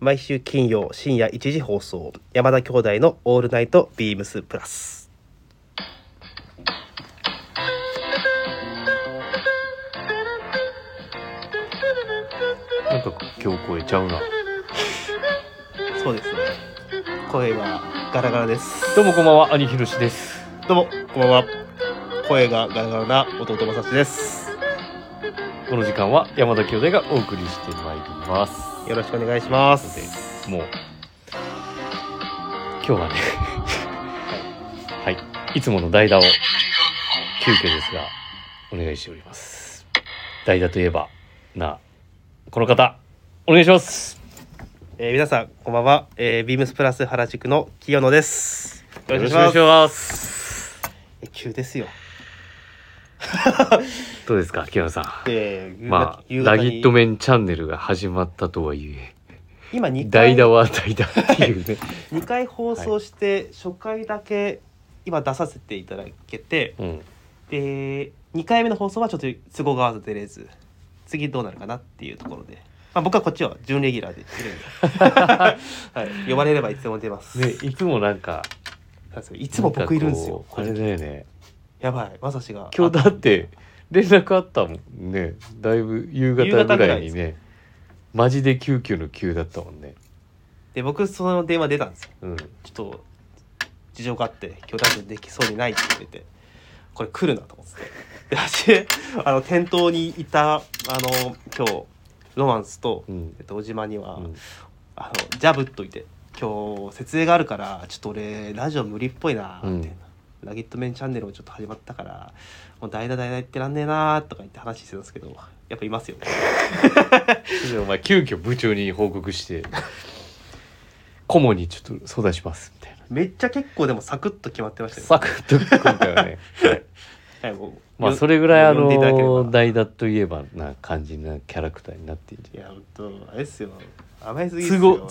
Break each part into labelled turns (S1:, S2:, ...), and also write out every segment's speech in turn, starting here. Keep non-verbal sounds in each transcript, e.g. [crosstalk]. S1: 毎週金曜深夜1時放送山田兄弟の「オールナイトビームスプラス」
S2: なんか今日声ちゃうな。
S1: そうですね声がガラガラです
S2: どうもこんばんは、兄ひろしです。
S1: どうもこんばんは声がガラガラな弟まさしです
S2: この時間は山田兄弟がお送りしてまいります。
S1: よろしくお願いします
S2: もう、今日はね、 [laughs] はい、いつもの代打を、急遽ですが、お願いしております。代打といえば、な、この方、お願いします。
S1: えー、皆さんこんばんは、えー、ビームスプラス原宿の清野ですよろしくお願いします
S2: ます。
S1: え急ですよ
S2: どうですか、木原さん。
S1: で夕方
S2: まあ、
S1: 夕
S2: ラ
S1: 方
S2: ギ
S1: に
S2: ットメンチャンネルが始まったとはいえ、
S1: 今2
S2: 代
S1: 回
S2: 打は代打っていうね。
S1: 二回放送して初回だけ今出させていただけて
S2: うん。
S1: で2回目の放送はちょっと都合が合わず出れず次どうなるかなっていうところで、まあ、僕はこっちは準レギュラーでいるんで、はい、呼ばれればいつでも出ます、
S2: ね、いつもなんか、
S1: なんですよいつも僕いるんですよ
S2: あれだよね。
S1: やばいまさしが
S2: 今日だって連絡あったもんね。だいぶ夕方ぐらいにね。マジで急遽の急だったもんね。
S1: で僕その電話出たんですよ
S2: うん。
S1: ちょっと事情があって今日多分できそうにないって言っててこれ来るなと思ってで私あの店頭にいたあの今日ロマンスと、
S2: うん
S1: えっと、小島には、
S2: うん
S1: あのジャブっといて今日設営があるからちょっと俺ラジオ無理っぽいなみたいな、ラゲットメンチャンネルもちょっと始まったからもう代打代打言ってらんねえなとか言って話してたんですけどやっぱいますよね
S2: でお前急遽部長に報告して、顧問にちょっと相談しますみたいな。
S1: めっちゃ結構でもサクッと決まってましたよ
S2: サクッと今回はね。はい
S1: はいもう
S2: まあそれぐらいあ
S1: 呼んでいただければ
S2: の代打といえばな感じなキャラクターになっているんじ
S1: [laughs] いや本当あれですよ甘えすぎっす
S2: ゃない
S1: よ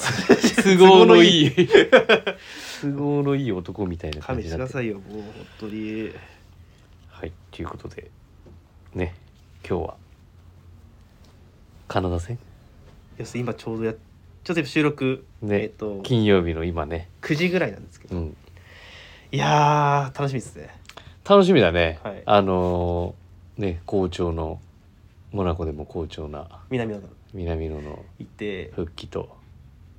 S1: [laughs]
S2: 都合都合のいい都合のいい男みたいな
S1: 加
S2: 感
S1: 味
S2: じに
S1: し
S2: な
S1: な
S2: って
S1: さ
S2: る
S1: い
S2: [laughs]
S1: よもう本当に
S2: はい、ということで、ね、今日は、カナダ戦
S1: 要するに今ちょうどやちょっと今収録、
S2: ね
S1: えっ、と
S2: 金曜日の今ね、
S1: 9時ぐらいなんですけど
S2: うん、
S1: いやー楽しみですね
S2: 楽しみだね。
S1: はい
S2: あのーね、好調の、モナコでも好調な
S1: 南野が
S2: 南野の
S1: 行って
S2: 復帰と、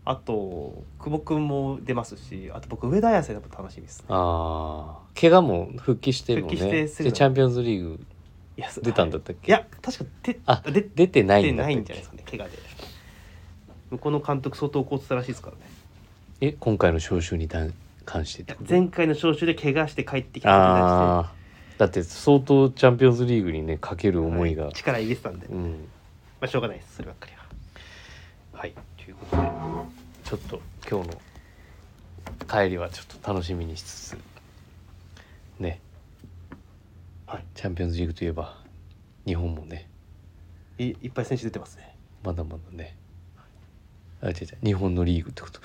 S1: あと久保君も出ますしあと僕上田綺世でも楽しみですね
S2: あー怪我も復帰してるもんね。
S1: 復帰してすぐ
S2: で、チャンピオンズリーグ
S1: いやそ
S2: 出たんだったっ
S1: い
S2: け、
S1: や確か出
S2: あ
S1: 出て
S2: 出てないんだっ
S1: な
S2: た
S1: い
S2: っけ
S1: んじゃないですかね怪我で向こうの監督相当怒ってたらしいですからね
S2: え、今回の招集に関関してっ
S1: い
S2: て
S1: や
S2: こと
S1: 前回の招集で怪我して帰ってきたことに対
S2: あーだって相当チャンピオンズリーグにね、かける
S1: して
S2: 思いが。
S1: は力入れてたんで、
S2: う
S1: ま
S2: ん
S1: あ、しょうがないですそればっかりは
S2: はい、ということで、ちょっと今日の帰りはちょっと楽しみにしつつ、ね、
S1: はい、
S2: チャンピオンズリーグといえば、日本もね、
S1: いいっぱい選手出てますね
S2: まだまだね、あ、違う違う、日本のリーグってこと、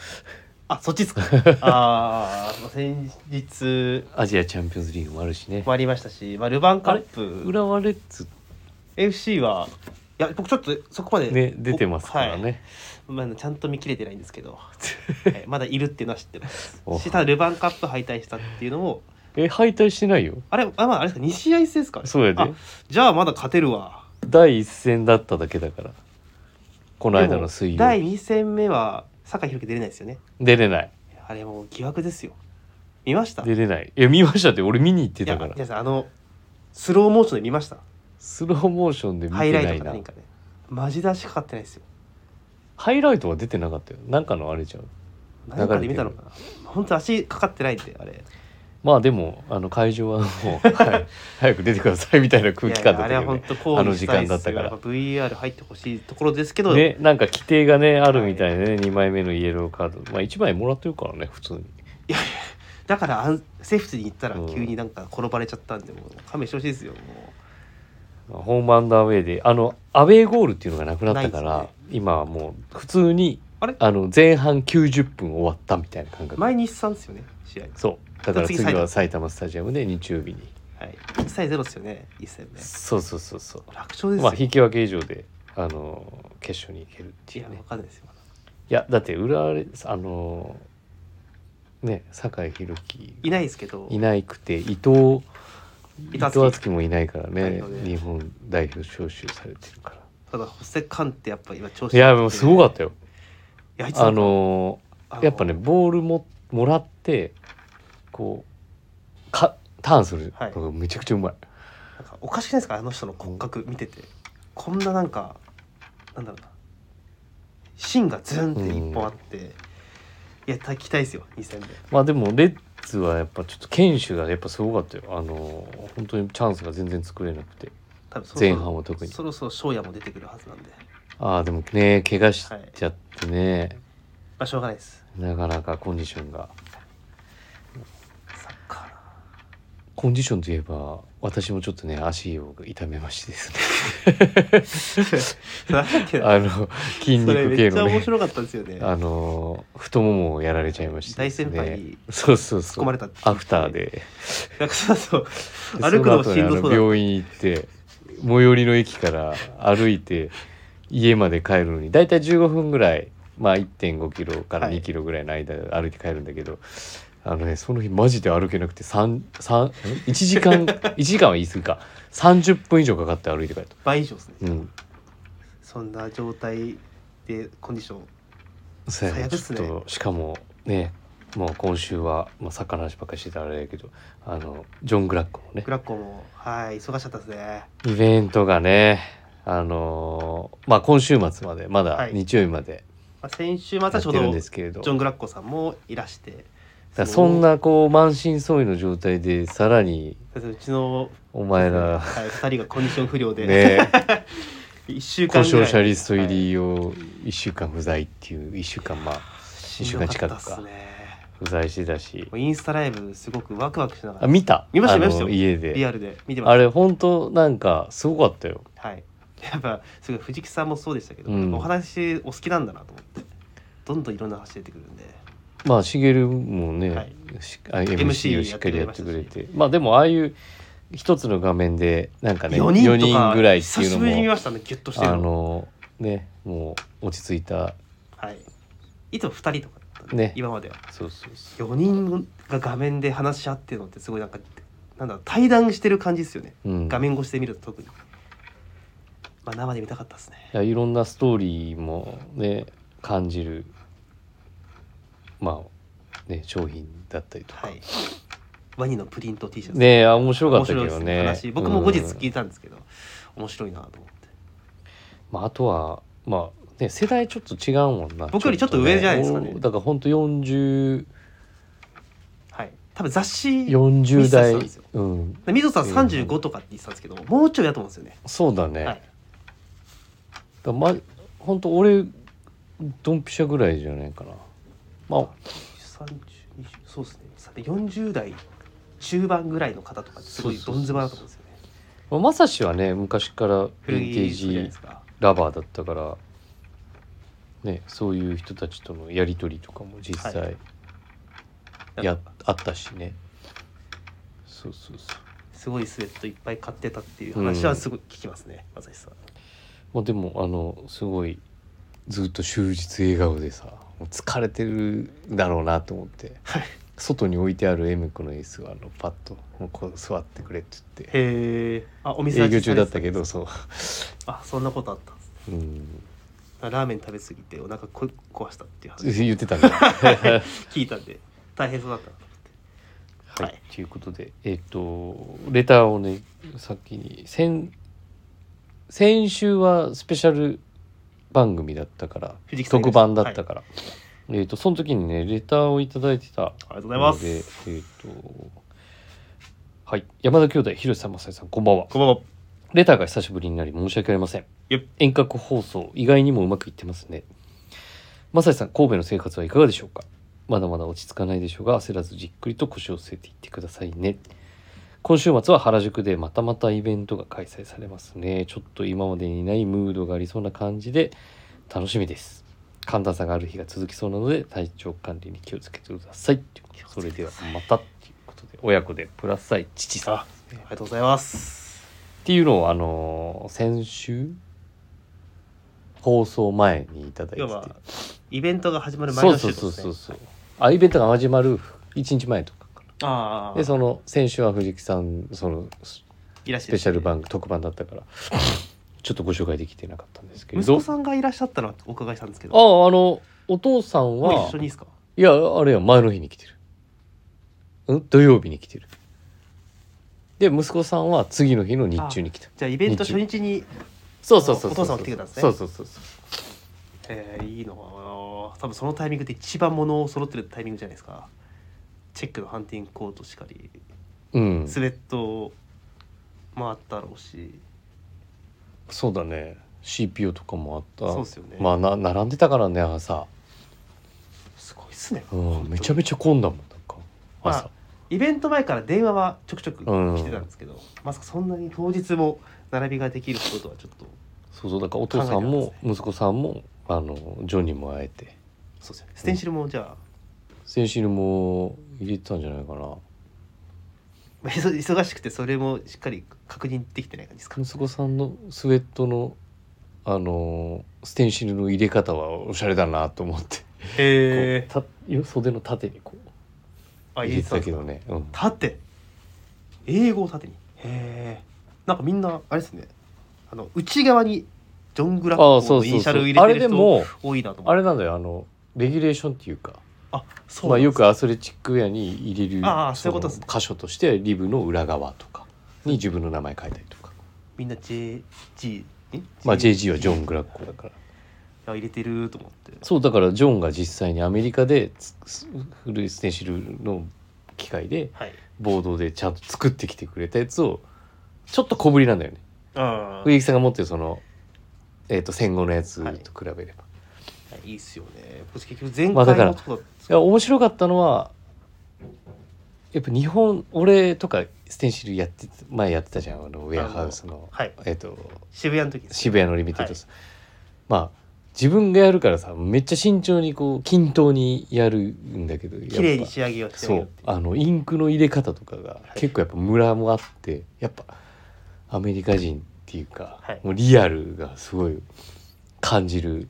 S1: あ、そっちですか。あーまあ、先日
S2: アジアチャンピオンズリーグもあるしね、
S1: もありましたし、まあ、ルヴァンカップ、
S2: 浦和レッズ
S1: FC は、いや、僕ちょっとそこまで、
S2: ね、出てますから
S1: はい
S2: ね。
S1: まだちゃんと見切れてないんですけ
S2: [laughs]
S1: ど、はいまだいるっていうのは知ってます
S2: お。
S1: しただルヴァンカップ敗退したっていうのも、
S2: え、敗退してないよ。
S1: あれ、あ、まあ、あれですか、2試合制ですか、
S2: そうやで
S1: あ。じゃあまだ勝てるわ。
S2: 第一戦だっただけだから、この間の水
S1: でも第
S2: 曜日。
S1: 2戦目は、酒井宏樹出れないですよね。
S2: 出れない。
S1: あれもう疑惑ですよ。見ました
S2: 出れない。いや、見ましたって、俺見に行って
S1: いや
S2: たから。
S1: 皆さんあの、スローモーションで見ました
S2: スローモーションで見
S1: ハイ
S2: て
S1: ラ
S2: な
S1: イ
S2: い
S1: トか
S2: な
S1: 何かで、マジ出しかかってないですよ。
S2: ハイライトは出てなかったよなんかのあれちゃう
S1: 何かで見たのかな本当足かかってないってあれ
S2: まあでもあの会場はもう、はい、早く出てくださいみたいな空気感だ
S1: いやい
S2: ったけ
S1: やあれは
S2: ど、
S1: 本
S2: ね
S1: 当こう
S2: あの時間だったから
S1: VR 入ってほしいところですけど、
S2: ね、なんか規定がねあるみたいね、2枚目のイエローカードまあ1枚もらってるからね普通に
S1: だからあんセーフティーに行ったら
S2: うん
S1: 急になんか転ばれちゃったんで、もう勘弁してほしいですよも
S2: まあホームアンダーウェイであのアウェーゴールっていうのがなくなったか
S1: ない
S2: ら、
S1: で
S2: 今はもう普通に
S1: あれ
S2: の前半90分終わったみたいな感
S1: う
S2: 覚
S1: 前日産ですよね試合
S2: そうだから
S1: 次
S2: 次は埼玉スタジアムで日曜日に
S1: はい1対0ですよね1戦目
S2: そうそうそうそう
S1: 楽勝ですよ、
S2: まあ引き分け以上であの決勝に行けるって
S1: い
S2: い
S1: や
S2: う
S1: 分
S2: ね
S1: かんないですよ
S2: やだって浦和レあのね酒井宏樹
S1: いないですけど
S2: いないくて伊藤伊
S1: 伊藤敦樹
S2: 藤敦樹もいないから
S1: ない
S2: ね
S1: よね
S2: 日本代表招集されてるから
S1: ただホセカンってやっぱ今調子
S2: いやもうすごか
S1: っ
S2: ったよ
S1: たいやあいつ
S2: あの
S1: あの
S2: やっぱねボールももらってこうかターンするのがめちゃくちゃうまい、
S1: なんかおかしくないですかあの人の骨格見ててこんななんかなんだろうな芯がズンって一本あって、いやた期待ですよ2戦で
S2: まあでもレッズはやっぱちょっと堅守がやっぱすごかったよあの本当にチャンスが全然作れなくて
S1: 多分そろそろ
S2: 前半は特に
S1: そろそろ翔也も出てくるはずなんで
S2: ああでもね怪我しちゃってね、
S1: まあしょうがないです
S2: なかなかコンディションが
S1: サッカー
S2: [laughs]
S1: な
S2: コンディションといえば私もちょっとね足を痛めましてです
S1: [laughs]
S2: ね
S1: なんだっけな
S2: あの筋
S1: それ
S2: 肉
S1: め
S2: 系
S1: っちゃ
S2: の
S1: 面
S2: ね
S1: 白かったですよね
S2: あの太ももをやられちゃいまして
S1: 大
S2: です
S1: 先
S2: ね
S1: 輩に
S2: そうそうそ
S1: 突っ込まれ
S2: う
S1: たって
S2: アフターで
S1: なんかそうそう
S2: で
S1: 歩くのも
S2: [laughs] そ
S1: しん
S2: 後
S1: ど
S2: ね
S1: そう
S2: あの
S1: だ
S2: 病院行って最寄りの駅から歩いて家まで帰るのに大体15分ぐらいまあ1.5キロから
S1: はい
S2: 2キロぐらいの間で歩いて帰るんだけど、あのねその日マジで歩けなくて三三1時間 [laughs] 一時間は言い過ぎか30分以上かかって歩いて帰った、
S1: 倍以上ですね、
S2: うん、
S1: そんな状態でコンディション
S2: そう
S1: 最
S2: やね
S1: 悪
S2: ち
S1: っ
S2: ょっ
S1: すね
S2: としかもねもう今週は、まあ、サッカーの話ばっかりしてたらあれだけどあのジョン・グラックもね
S1: グラッコもはい忙しかったですね
S2: イベントがね、あのーまあ今週末まで、まだ
S1: はい
S2: 日曜日まで
S1: まあ、先週末
S2: や
S1: は
S2: っ
S1: ちょう
S2: てるん
S1: ど
S2: で
S1: ジ
S2: すけれど、
S1: ョン・グラッコさんもいらして
S2: だからそんなこう満身創痍の状態で、さらに
S1: そううちの
S2: お前
S1: は
S2: ら、
S1: い、2人がコンディション不良で、 [laughs]
S2: ね、
S1: 1週間
S2: 故
S1: ぐらい
S2: 障者リスト入りを1週間不在っていう、1週間まあ
S1: し
S2: 一
S1: ん
S2: 週
S1: ど
S2: 間
S1: か
S2: 近
S1: った
S2: く
S1: っ
S2: か
S1: すね
S2: 不在してたし
S1: も、うインスタライブすごくワクワクしなが
S2: あ
S1: ら
S2: 見た
S1: 見ました
S2: あの
S1: 見ましたよ
S2: 家
S1: リ
S2: で。
S1: アルで見てま
S2: あ
S1: し
S2: れ本当なんかすごかったよ。
S1: たはい [laughs] やっぱすごい藤木さんもそうでしたけど、
S2: うん
S1: お話お好きなんだなと思ってどんどんいろんな話出てくるんで
S2: まあしげるもね、
S1: はい
S2: しあ MC を
S1: MC
S2: しっかりやってくれ
S1: やってく
S2: てまあでもああいう一つの画面でなんかね
S1: 4人と
S2: 四
S1: か
S2: 人ぐらいって
S1: 久
S2: いう
S1: しぶりに見
S2: のも
S1: ましたねギュッとしてる
S2: あ
S1: の
S2: のねもう落ち着いた
S1: はいいつも2人とかだったんで
S2: ね
S1: 今までは
S2: そうそうそ
S1: 4人が画面で話し合ってるのってすごいなんかなんだろう対談してる感じですよね
S2: う、うん、
S1: 画面越しで見ると特に、まあ、生で見たかったですね
S2: いやいろんなストーリーもね感じるまあね商品だったりとか、
S1: はいワニのプリント T シャツ
S2: ねあ面白かったけ
S1: 面
S2: ど
S1: 白い
S2: ね
S1: です話僕も後日
S2: うん
S1: 聞いたんですけど、面白いなと思って
S2: まあ、あとはまあね世代ちょっと違うもんな
S1: 僕よりちょっと上じゃないですかね
S2: おだから本当四40
S1: はい多分雑誌
S2: 40代
S1: ミスターさんですよ
S2: うん
S1: みぞさん35とかって言ってたんですけどもうちょいやと思うんですよね
S2: そうだね、
S1: はい
S2: だま本当俺ドンピシャぐらいじゃないかなまあ
S1: 30 20そうですねさて40代中盤ぐらいの方とかってすごいどんずばだと思うんですよね
S2: まあまさしはね昔からヴ
S1: 古
S2: ィン
S1: 着
S2: テ
S1: 好きじゃない
S2: ー
S1: で
S2: ジ
S1: すか
S2: ラバーだったからねそういう人たちとのやり取りとかも実際、
S1: はいな
S2: や
S1: んか
S2: あったしねそうそうそう
S1: すごいスウェットいっぱい買ってたっていう話はすごい聞きますね、まさしさん
S2: まあでもあのすごいずっと終日笑顔でさもう疲れてるだろうなと思って、
S1: はい
S2: 外に置いてあるエムコの椅子をあのパッと「もうこう座ってくれ」って
S1: [laughs]
S2: 言って
S1: へえあお店
S2: 営
S1: は実
S2: 業
S1: 際
S2: 中だったけど
S1: です
S2: そ
S1: あそんなことあったんですね
S2: う、うん、
S1: ラーメン食べ過ぎてお腹こ壊したっていう話
S2: 言ってたん [laughs] だ、はい
S1: 聞いたん
S2: [laughs]
S1: で大変そうだったなと思ってはい
S2: ということでえっ、とレターをね先に先先週はスペシャル番組だったから
S1: 藤木さんいらっ
S2: 特
S1: しゃ
S2: 番だったから、えっ、とその時にねレターを頂いただいてた
S1: ありがとうございます
S2: のでえっ、と、はい。山田兄弟、広瀬さん、正井さん、こんばんは。
S1: こんばんは
S2: レターが久しぶりになり申し訳ありません
S1: よっ。
S2: 遠隔放送、意外にもうまくいってますね。正井さん、神戸の生活はいかがでしょうかまだまだ落ち着かないでしょうが、焦らずじっくりと腰を据えていってくださいね。今週末は原宿でまたまたイベントが開催されますね。ちょっと今までにないムードがありそうな感じで楽しみです。寒暖差がある日が続きそうなので体調管理に気をつけてください。それではまたっていうことで親子でプラス愛父さんっ
S1: あありがとうございます
S2: ていうのをあのー先週放送前にいただいて
S1: 要
S2: て
S1: はイベントが始まる前
S2: そう
S1: の週
S2: そう
S1: です
S2: そう
S1: ね
S2: そうそうあイベントが始まる1日前とかか
S1: ああ
S2: でその先週は藤木さんそのス
S1: いらっしゃい
S2: ペシャル番特番だっ
S1: [laughs]
S2: たからちょっとご紹介できてなかったんですけれ
S1: 息
S2: ど
S1: 子さんがいらっしゃったらお伺いしたんですけど
S2: あああのお父さん
S1: もう
S2: は
S1: 一緒にいいですか
S2: いやあれや前の日に来てるん土曜日に来てるで息子さんは次の日の日中に来た
S1: じゃあイベント初日に
S2: そうそうそう
S1: お父さんも来てくれたんですね
S2: そうそうそうそう
S1: えー、いいのかな多分そのタイミングで一番物を揃ってるタイミングじゃないですかチェックのハンティングコートしかり
S2: うん
S1: スウェットもあったろうし
S2: そうだね CPO とかもあった
S1: そうっすよね
S2: まあな並んでたからね朝、
S1: すごいっすね、
S2: うん、めちゃめちゃ混んだもんなんか
S1: ま
S2: 朝
S1: あ、イベント前から電話はちょくちょく
S2: うん
S1: 来てたんですけど、まさかそんなに当日も並びができることはちょっと
S2: そうそうだからお父さん
S1: 考
S2: も
S1: えて
S2: 息子さんもあのジョンにも会えて
S1: そうですよねステンシルもじゃあ、
S2: 先週も入れてたんじゃないかな
S1: まあ忙忙しくてそれもしっかり確認できてない感じですか
S2: 息子さんのスウェットのあのステンシルの入れ方はおしゃれだなと思って、
S1: へ
S2: こうた袖の縦にこう
S1: あ
S2: 入
S1: 入
S2: れ
S1: れ
S2: て
S1: て
S2: た
S1: た
S2: け
S1: け
S2: ど
S1: ど
S2: ね、うん、
S1: 縦英語を縦にへえんかみんなあれですねあの内側にジョン・グラ
S2: ああ
S1: ッコ
S2: そ
S1: の
S2: うそうそう
S1: イニシャルを入れてる
S2: あれでも
S1: 人多いなと思
S2: あ
S1: って
S2: れなんだよあのレギュレーションっていうか
S1: あそうな
S2: まあ、
S1: んで
S2: よ
S1: す
S2: くアスレチックウェアに入れる
S1: ああそういうことですね
S2: の箇所としてリブの裏側とかに自分の名前書いたりとか、
S1: みんな JG ん
S2: まあ、JG はジョン・グラッコだから
S1: あ入れてると思って
S2: そうだからジョンが実際にアメリカでつす古いステンシルの機械で
S1: はい
S2: ボードでちゃんと作ってきてくれたやつをちょっと小ぶりなんだよね
S1: ああ
S2: 植木さんが持ってるその、えー、と戦後のやつと比べれば、い、
S1: いいっすよねこれ結局前
S2: まあだ
S1: 回
S2: から
S1: のとこだったんですけ
S2: や
S1: ど
S2: 面白かったのはやっぱ日本俺とかステンシルやって前やってたじゃんあのウェアハウスの
S1: はい
S2: えっ、と
S1: 渋谷の時です
S2: 渋谷のリミテッドス、まあ自分がやるからさめっちゃ慎重にこう均等にやるんだけどやっぱ
S1: 綺麗に仕上げをして
S2: そ
S1: みようっ
S2: う
S1: ていう
S2: あのインクの入れ方とかが
S1: い
S2: 結構やっぱムラもあってやっぱアメリカ人っていうか、
S1: はい
S2: もうリアルがすごい感じる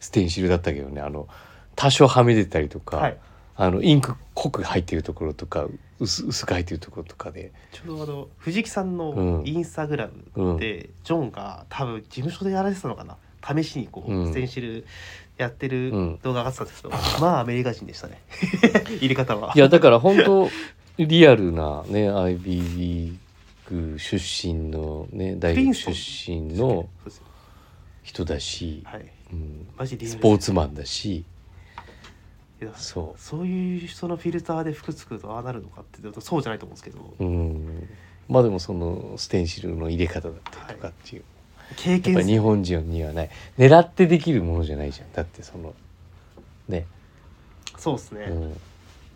S2: ステンシルだったけどねあの多少はみ出たりとか、
S1: はい
S2: あのインク濃く入ってるところとか薄薄く入ってるところとかで
S1: ちょうどあの藤木さん
S2: う
S1: の
S2: ん
S1: インスタグラムで、ジョンが多分事務所でやられてたのかな試しにこう、
S2: うん
S1: ステンシルやって
S2: うん
S1: る動画上がってたん
S2: [laughs]
S1: ですけど、まあアメリカ人でしたね入れ方はい
S2: やだから本当リアルなね IB リーグ出身のね大学出身の
S1: そうですよ
S2: 人だし、
S1: はい
S2: うん、
S1: マジリアル
S2: スポーツマンだし
S1: いや
S2: そう
S1: そういう人のフィルターで服作るとああなるのかっていうとそうじゃないと思うんですけど、
S2: うんまあでもそのステンシルの入れ方だったりとかっていう、
S1: 経
S2: やっ
S1: 験
S2: ぱ
S1: す
S2: り日本人にはない狙ってできるものじゃないじゃんだってそのね、
S1: そうですね、
S2: うん、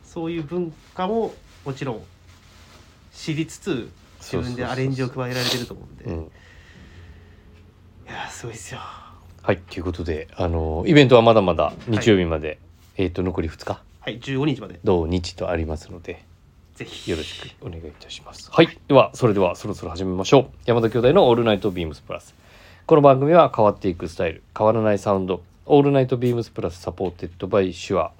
S1: そういう文化ももちろん知りつつ自分でアレンジを加えられてると思うんで
S2: うん、
S1: いやーすごいですよは
S2: はいということであのイベントはまだまだ日曜日まで、えっ、と残り2日
S1: い15日まで
S2: 同日とありますので
S1: ぜひ
S2: よろしくお願いいたします。はい。では、それではそろそろ始めましょう。山田兄弟のオールナイトビームスプラス。この番組は変わっていくスタイル、変わらないサウンド、オールナイトビームスプラスサポーテッドバイシュア。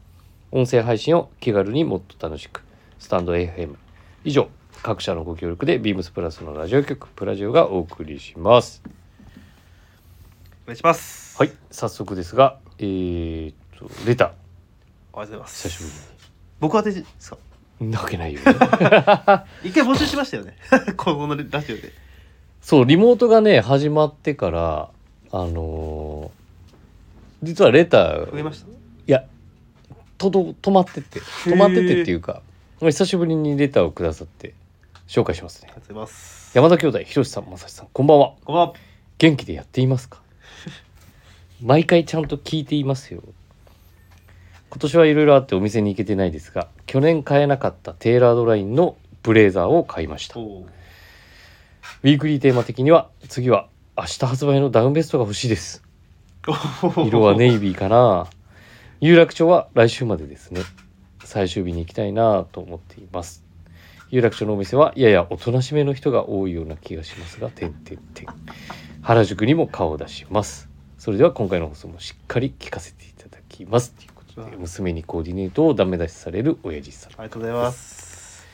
S2: 音声配信を気軽にもっと楽しく。スタンド FM。以上、各社のご協力でビームスプラスのラジオ局、プラジオがお送りします。
S1: お願いします
S2: はい。早速ですが、えー、っと、レター、
S1: おはようございます
S2: 久しぶ
S1: 僕はでですか
S2: りに。なわけないよね、
S1: 一回募集しましたよね [laughs] このラジオで
S2: そうリモートがね始まってからあのー実はレター
S1: 増えました
S2: いやとど止まってて止まっててっていうか久しぶりにレターをくださって紹介しますね
S1: ありがとうございます
S2: 山田兄弟ひろしさんまさしさんこんばんは
S1: こんばんは
S2: 元気でやっていますか毎回ちゃんと聞いていますよ今年はいろいろあってお店に行けてないですが去年買えなかったテーラードラインのブレーザーを買いました
S1: おー
S2: ウィークリーテーマ的には次は明日発売のダウンベストが欲しいです
S1: おー
S2: 色はネイビーかな有楽町は来週までですね最終日に行きたいなと思っています有楽町のお店はややおとなしめの人が多いような気がしますが点点点原宿にも顔を出しますそれでは今回の放送もしっかり聞かせていただきますということで
S1: うん
S2: 娘にコーディネートをダメ出しされる親父さん
S1: ありがとうございます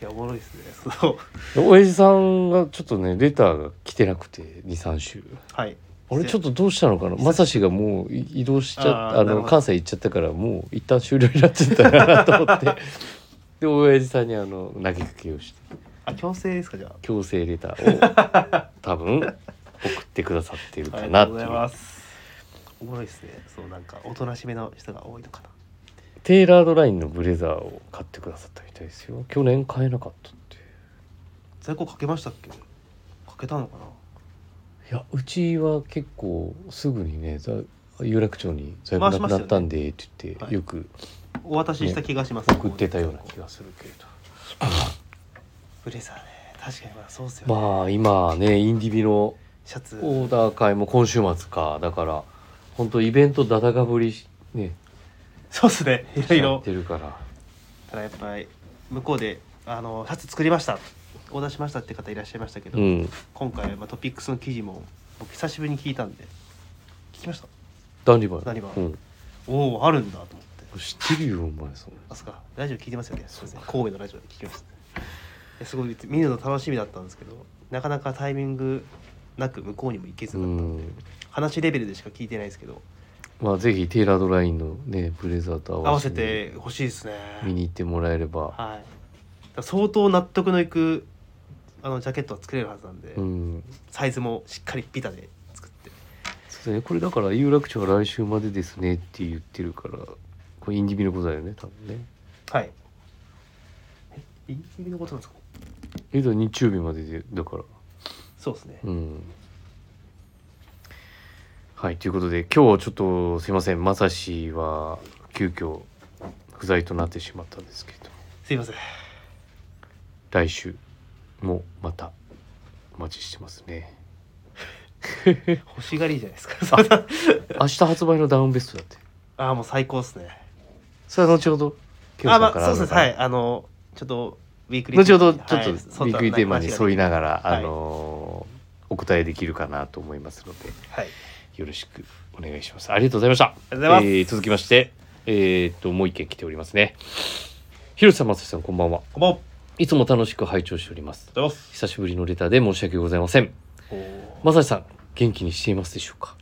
S1: いやおもろいですねその
S2: で親父さんがちょっとねレターが来てなくて23週
S1: はい
S2: 俺ちょっ
S1: と
S2: とどうしたのかなまさしがもうい移動しちゃ
S1: あ
S2: っ
S1: ー
S2: あ
S1: なる
S2: の
S1: ほど
S2: 関西行っちゃったからもう一旦終了になっちゃったかなと思って [laughs] で親父さんにあの投げかけをして
S1: あ強制ですかじゃ
S2: 強制レター
S1: [laughs]
S2: を多分送ってくださってる
S1: ああ
S2: か
S1: りが
S2: な
S1: とうご
S2: とい
S1: ざいうますおもろいですねそうなんかおとなしめの人が多いのかな
S2: テーラードラインのブレザーを買ってくださったみたいですよ去年買えなかったって
S1: 在庫かけましたっけかけたのかない
S2: やうちは結構すぐにねざ有楽町に在庫なくなったんでって言って
S1: はい
S2: よく
S1: お渡しした気がします、
S2: 送ってたような気がするけれど
S1: ブレザーね確かにまだそうっすよね、
S2: まあ今ねインディビの
S1: シャツ
S2: オーダー会も今週末かだから本当イベントだだかぶりしね
S1: そうっすねいろい
S2: やっ
S1: ろ
S2: てるから
S1: ただやっぱり向こうであのシャツ作りましたオーダーしましたって方いらっしゃいましたけど、
S2: うん
S1: 今回はまあトピックスの記事も僕久しぶりに聞いたんで聞きました
S2: ダンリバー
S1: ダンリバー
S2: うん、
S1: おおあるんだと思って
S2: 知ってるよお前そんな
S1: あそっかラジオ聞いてますよねそうですね神戸のラジオで聞きましたえすごい見るの楽しみだったんですけどなかなかタイミングなく向こうにも行けず
S2: う
S1: だったんで、
S2: ん
S1: 話レベルでしか聞いてないですけど
S2: まあぜひテーラードラインのねブレザーと
S1: 合
S2: 合
S1: わ
S2: わせ
S1: せ
S2: て
S1: てほしいですね
S2: 見に行ってもらえれば、
S1: はい、だから相当納得のいくあのジャケットは作れるはずなんで、
S2: うん
S1: サイズもしっかりピタで作って
S2: そうねこれだから有楽町は来週までですねって言ってるからこれインディビのことだよね多分ね
S1: はいえインディビのことなんですかね
S2: えだから日曜日まででだから
S1: そうですね、
S2: うんはいということで今日ちょっとすいませんまさしは急遽不在となってしまったんですけど
S1: すいません
S2: 来週もまたお待ちしてますね
S1: 欲しがりじゃないですか
S2: [laughs] 明日発売のダウンベストだって
S1: [laughs] ああもう最高ですね
S2: それは後ほど京
S1: あ
S2: さん
S1: ま
S2: か
S1: あ
S2: ら
S1: そう
S2: る
S1: で
S2: の
S1: す
S2: か
S1: ねはいあのちょっとウィークリー
S2: 後ほどちょ
S1: は
S2: っ
S1: い
S2: とビッグテーマに沿いながら、
S1: はい
S2: あのーお答えできるかなと思いますので
S1: はい
S2: よろしくお願いしますありがとうございました
S1: ありがとうございます
S2: えー続きましてえーっともう一件来ておりますね広瀬さん松井さんこんばんは
S1: こんばんはい
S2: つも楽しく拝聴しております
S1: ありがとうございます
S2: 久しぶりのレターで申し訳ございません
S1: おー
S2: まさしさん元気にしていますでしょうか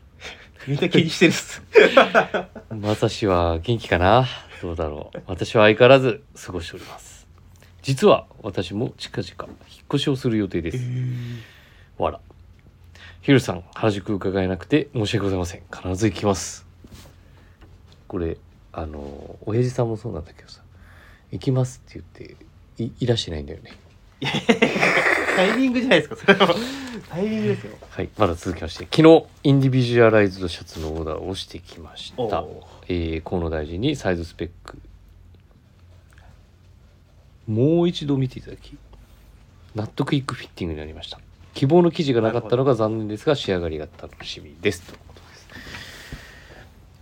S1: みんな気にしてるっ
S2: [laughs]
S1: す
S2: まさしは元気かなどうだろう私は相変わらず過ごしております実は私も近々引っ越しをする予定ですわらひるさん原宿伺えなくて申し訳ございません必ず行きますこれあの親父さんもそうなんだけどさ行きますって言っていいらしてないんだよね
S1: タイミングじゃないですかそれはタイミングですよ
S2: はいまだ続きまして昨日インディビジュアライズドシャツのオーダーをしてきまし
S1: お
S2: た
S1: ー
S2: えー河野大臣にサイズスペックもう一度見ていただき納得いくフィッティングになりました希望の記事がなかったのが残念ですが仕上がりが楽しみですということです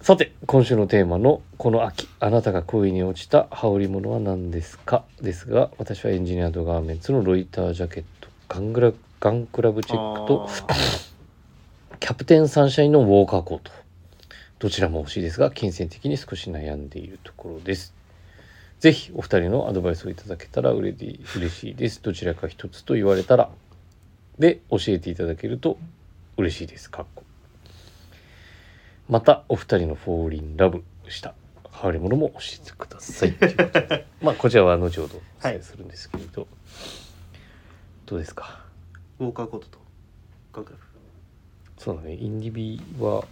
S2: さて今週のテーマの「この秋あなたが恋に落ちた羽織物は何ですか?」ですが私はエンジニアードガーメンツのロイタージャケットガングラガンクラブチェックと
S1: あー
S2: キャプテンサンシャインのウォーカーコート。どちらも欲しいですが、金銭的に少し悩んでいるところです。ぜひお二人のアドバイスをいただけたら嬉しい嬉しいです。どちらか一つと言われたら、で教えていただけると嬉しいです。かっこまたお二人のフォーリンラブした羽織物も教えてください。ということでまあこちらは後ほどお伝えするんですけれど、どうですか
S1: ウォーカーコートとガンクラブ
S2: そうだね、インディビは、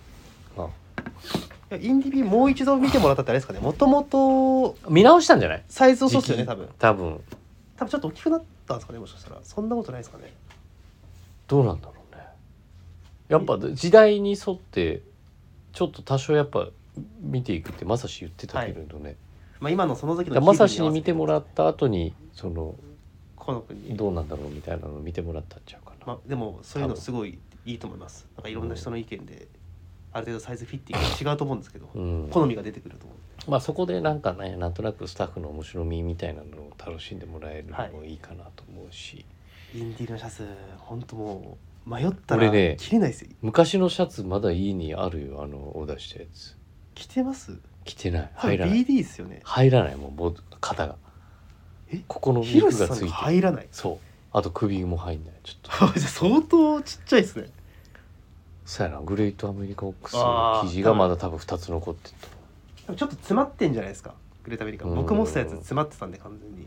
S2: まあ、
S1: いやインディビもう一度見てもらったってあれですかねもともと
S2: 見直したんじゃない
S1: サイズをそうっすよね多分
S2: 多分
S1: 多分ちょっと大きくなったんですかねもしかしたらそんなことないですかね
S2: どうなんだろうねやっぱ時代に沿ってちょっと多少やっぱ見ていくってまさし言ってたけれどね、
S1: まあ今のその時の
S2: だからまさしに見てもら
S1: う
S2: った後にその
S1: この国
S2: どうなんだろうみたいなのを見てもらったんちゃうかな、
S1: まあでもそういうのすごいいいと思いますなんかいろんな人の意見である程度サイズフィッティングが違うと思うんですけど
S2: うん
S1: 好みが出てくると思う
S2: まあそこでなんかねなんとなくスタッフの面白みみたいなのを楽しんでもらえるのも
S1: はい
S2: いいかなと思うし、
S1: インディのシャツほんともう迷ったら
S2: 俺ね
S1: 切れないですよ、
S2: 昔のシャツまだ家にあるよあのオーダーしたやつ
S1: 着てます
S2: 着てない
S1: 多分
S2: 入らない
S1: BD ですよね
S2: 入らないもうボ肩が
S1: え
S2: ここの肉
S1: 広瀬
S2: が
S1: さん
S2: つ
S1: が
S2: いて
S1: 入らない
S2: [laughs] そうあと首も入んないちょっと
S1: じゃあ相当ちっちゃいですね
S2: そうやなグレートアメリカオックス
S1: あー
S2: の生地がまだ多分2つ残ってると
S1: でもちょっと詰まってんじゃないですかグレートアメリカ
S2: うん
S1: 僕持ってたやつ詰まってたんで完全に、ま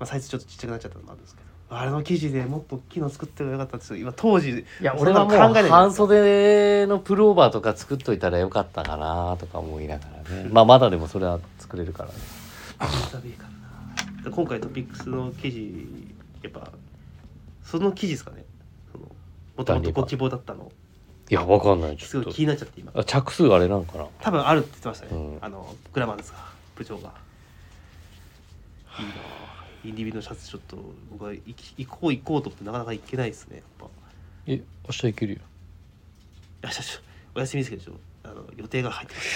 S1: あ、サイズちょっとちっちゃくなっちゃったのもあるんですけどあれの生地でもっと大きいの作ってもよかったんですけど今当時
S2: いや
S1: そん
S2: 俺
S1: な
S2: は
S1: の
S2: も
S1: 考えないで
S2: う
S1: す
S2: 半袖のプルオーバーとか作っといたらよかったかなとか思いながら
S1: [laughs]
S2: ねまあまだでもそれは作れるからね
S1: ダメかな今回トピックスの記事やっぱその記事ですかねそのもともとご希望だったの
S2: いやわかんないち
S1: す
S2: ょ
S1: ご
S2: っ
S1: い
S2: と
S1: 気になっちゃって今
S2: あ着数あれなんかな
S1: 多分あるって言ってましたね、
S2: うん
S1: あのグラマンですか部長がいいなあインディビドのシャツちょっと僕は行き行こう行こうと思ってなかなか行けないですねやっぱ
S2: え明日いけるよ
S1: いやちょちょお休みですけどちょあの予定が入ってます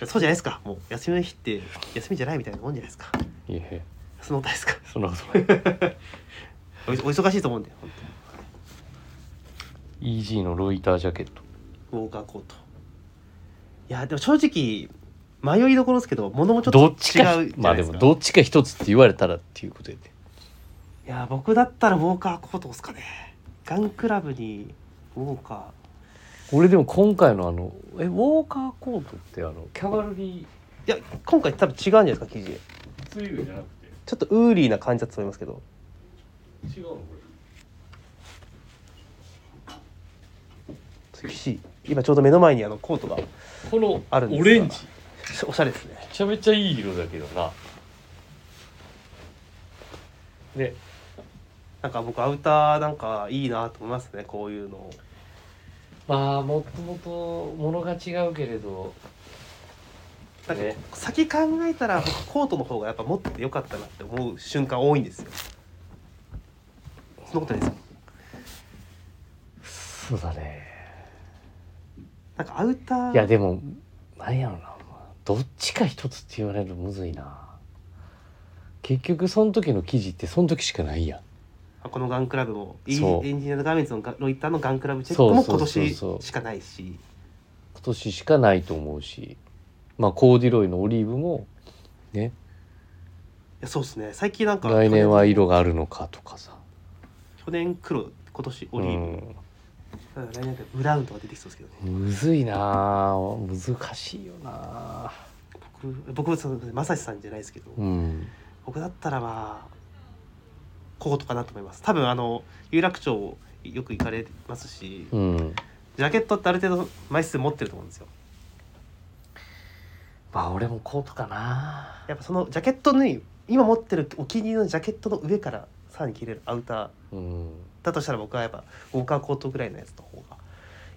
S1: いやそうじゃないですかもう休みの日って休みじゃないみたいなもんじゃないですか
S2: いやいや
S1: そのことないですか
S2: そんなことない
S1: おお忙しいと思うんで本当に
S2: EG のロイタージャケット
S1: ウォーカーコートいやでも正直迷いどころですけど物もちょっと
S2: どっち
S1: 違うじ
S2: か
S1: ゃないですか
S2: まあでもどっちか一つって言われたらっていうことやで
S1: いや僕だったらウォーカーコートですかねガンクラブにウォーカ
S2: 俺でも今回のあのえウォーカーコートってあのキャバルリ
S1: ーいや今回多分違うんじゃないですか生地
S2: ーツイルじゃなくて
S1: ちょっとウーリーな感じだと思いますけど
S2: 違うのこ
S1: 美しい今ちょうど目の前にあのコートが
S2: れこ
S1: あるんです
S2: の
S1: が
S2: オレンジ
S1: おしゃれですね
S2: めちゃめちゃいい色だけどなね
S1: なんか僕アウターなんかいいなと思いますねこういうの
S2: まあもともとものが違うけれど
S1: なんか
S2: ね
S1: 先考えたら僕コートの方がやっぱ持っててよかったなって思う瞬間多いんですよそんなことないですか
S2: そうだね
S1: なんかアウター
S2: いやでもなんやろなまあどっちか一つって言われるとむずいな結局その時の記事ってその時しかないやん
S1: このガンクラブもイ
S2: そう
S1: ーエンジニアのガーメンツのガロイターのガンクラブチェックも
S2: そ
S1: 今
S2: うそうそうそう
S1: 年しかないし
S2: 今年しかないと思うしまあコーディロイのオリーブもね
S1: いやそうですね最近なんか
S2: 来年は
S1: 去
S2: 色があるのかとかさ
S1: 去年黒今年オリーブ、だから来年ブラウンとか出てきそうですけどね
S2: うんむずいなあ難しいよなあ
S1: 僕僕はそのまさしさんじゃないですけど、
S2: うん
S1: 僕だったらまあコートかなと思います多分あの有楽町よく行かれますし、
S2: うん
S1: ジャケットってある程度枚数持ってると思うんですよ
S2: まあ俺もコートかな
S1: やっぱそのジャケットに今持ってるお気に入りのジャケットの上からさらに着れるアウター
S2: うん
S1: だとしたら僕はやっぱウォーカーコートぐらいのやつの方が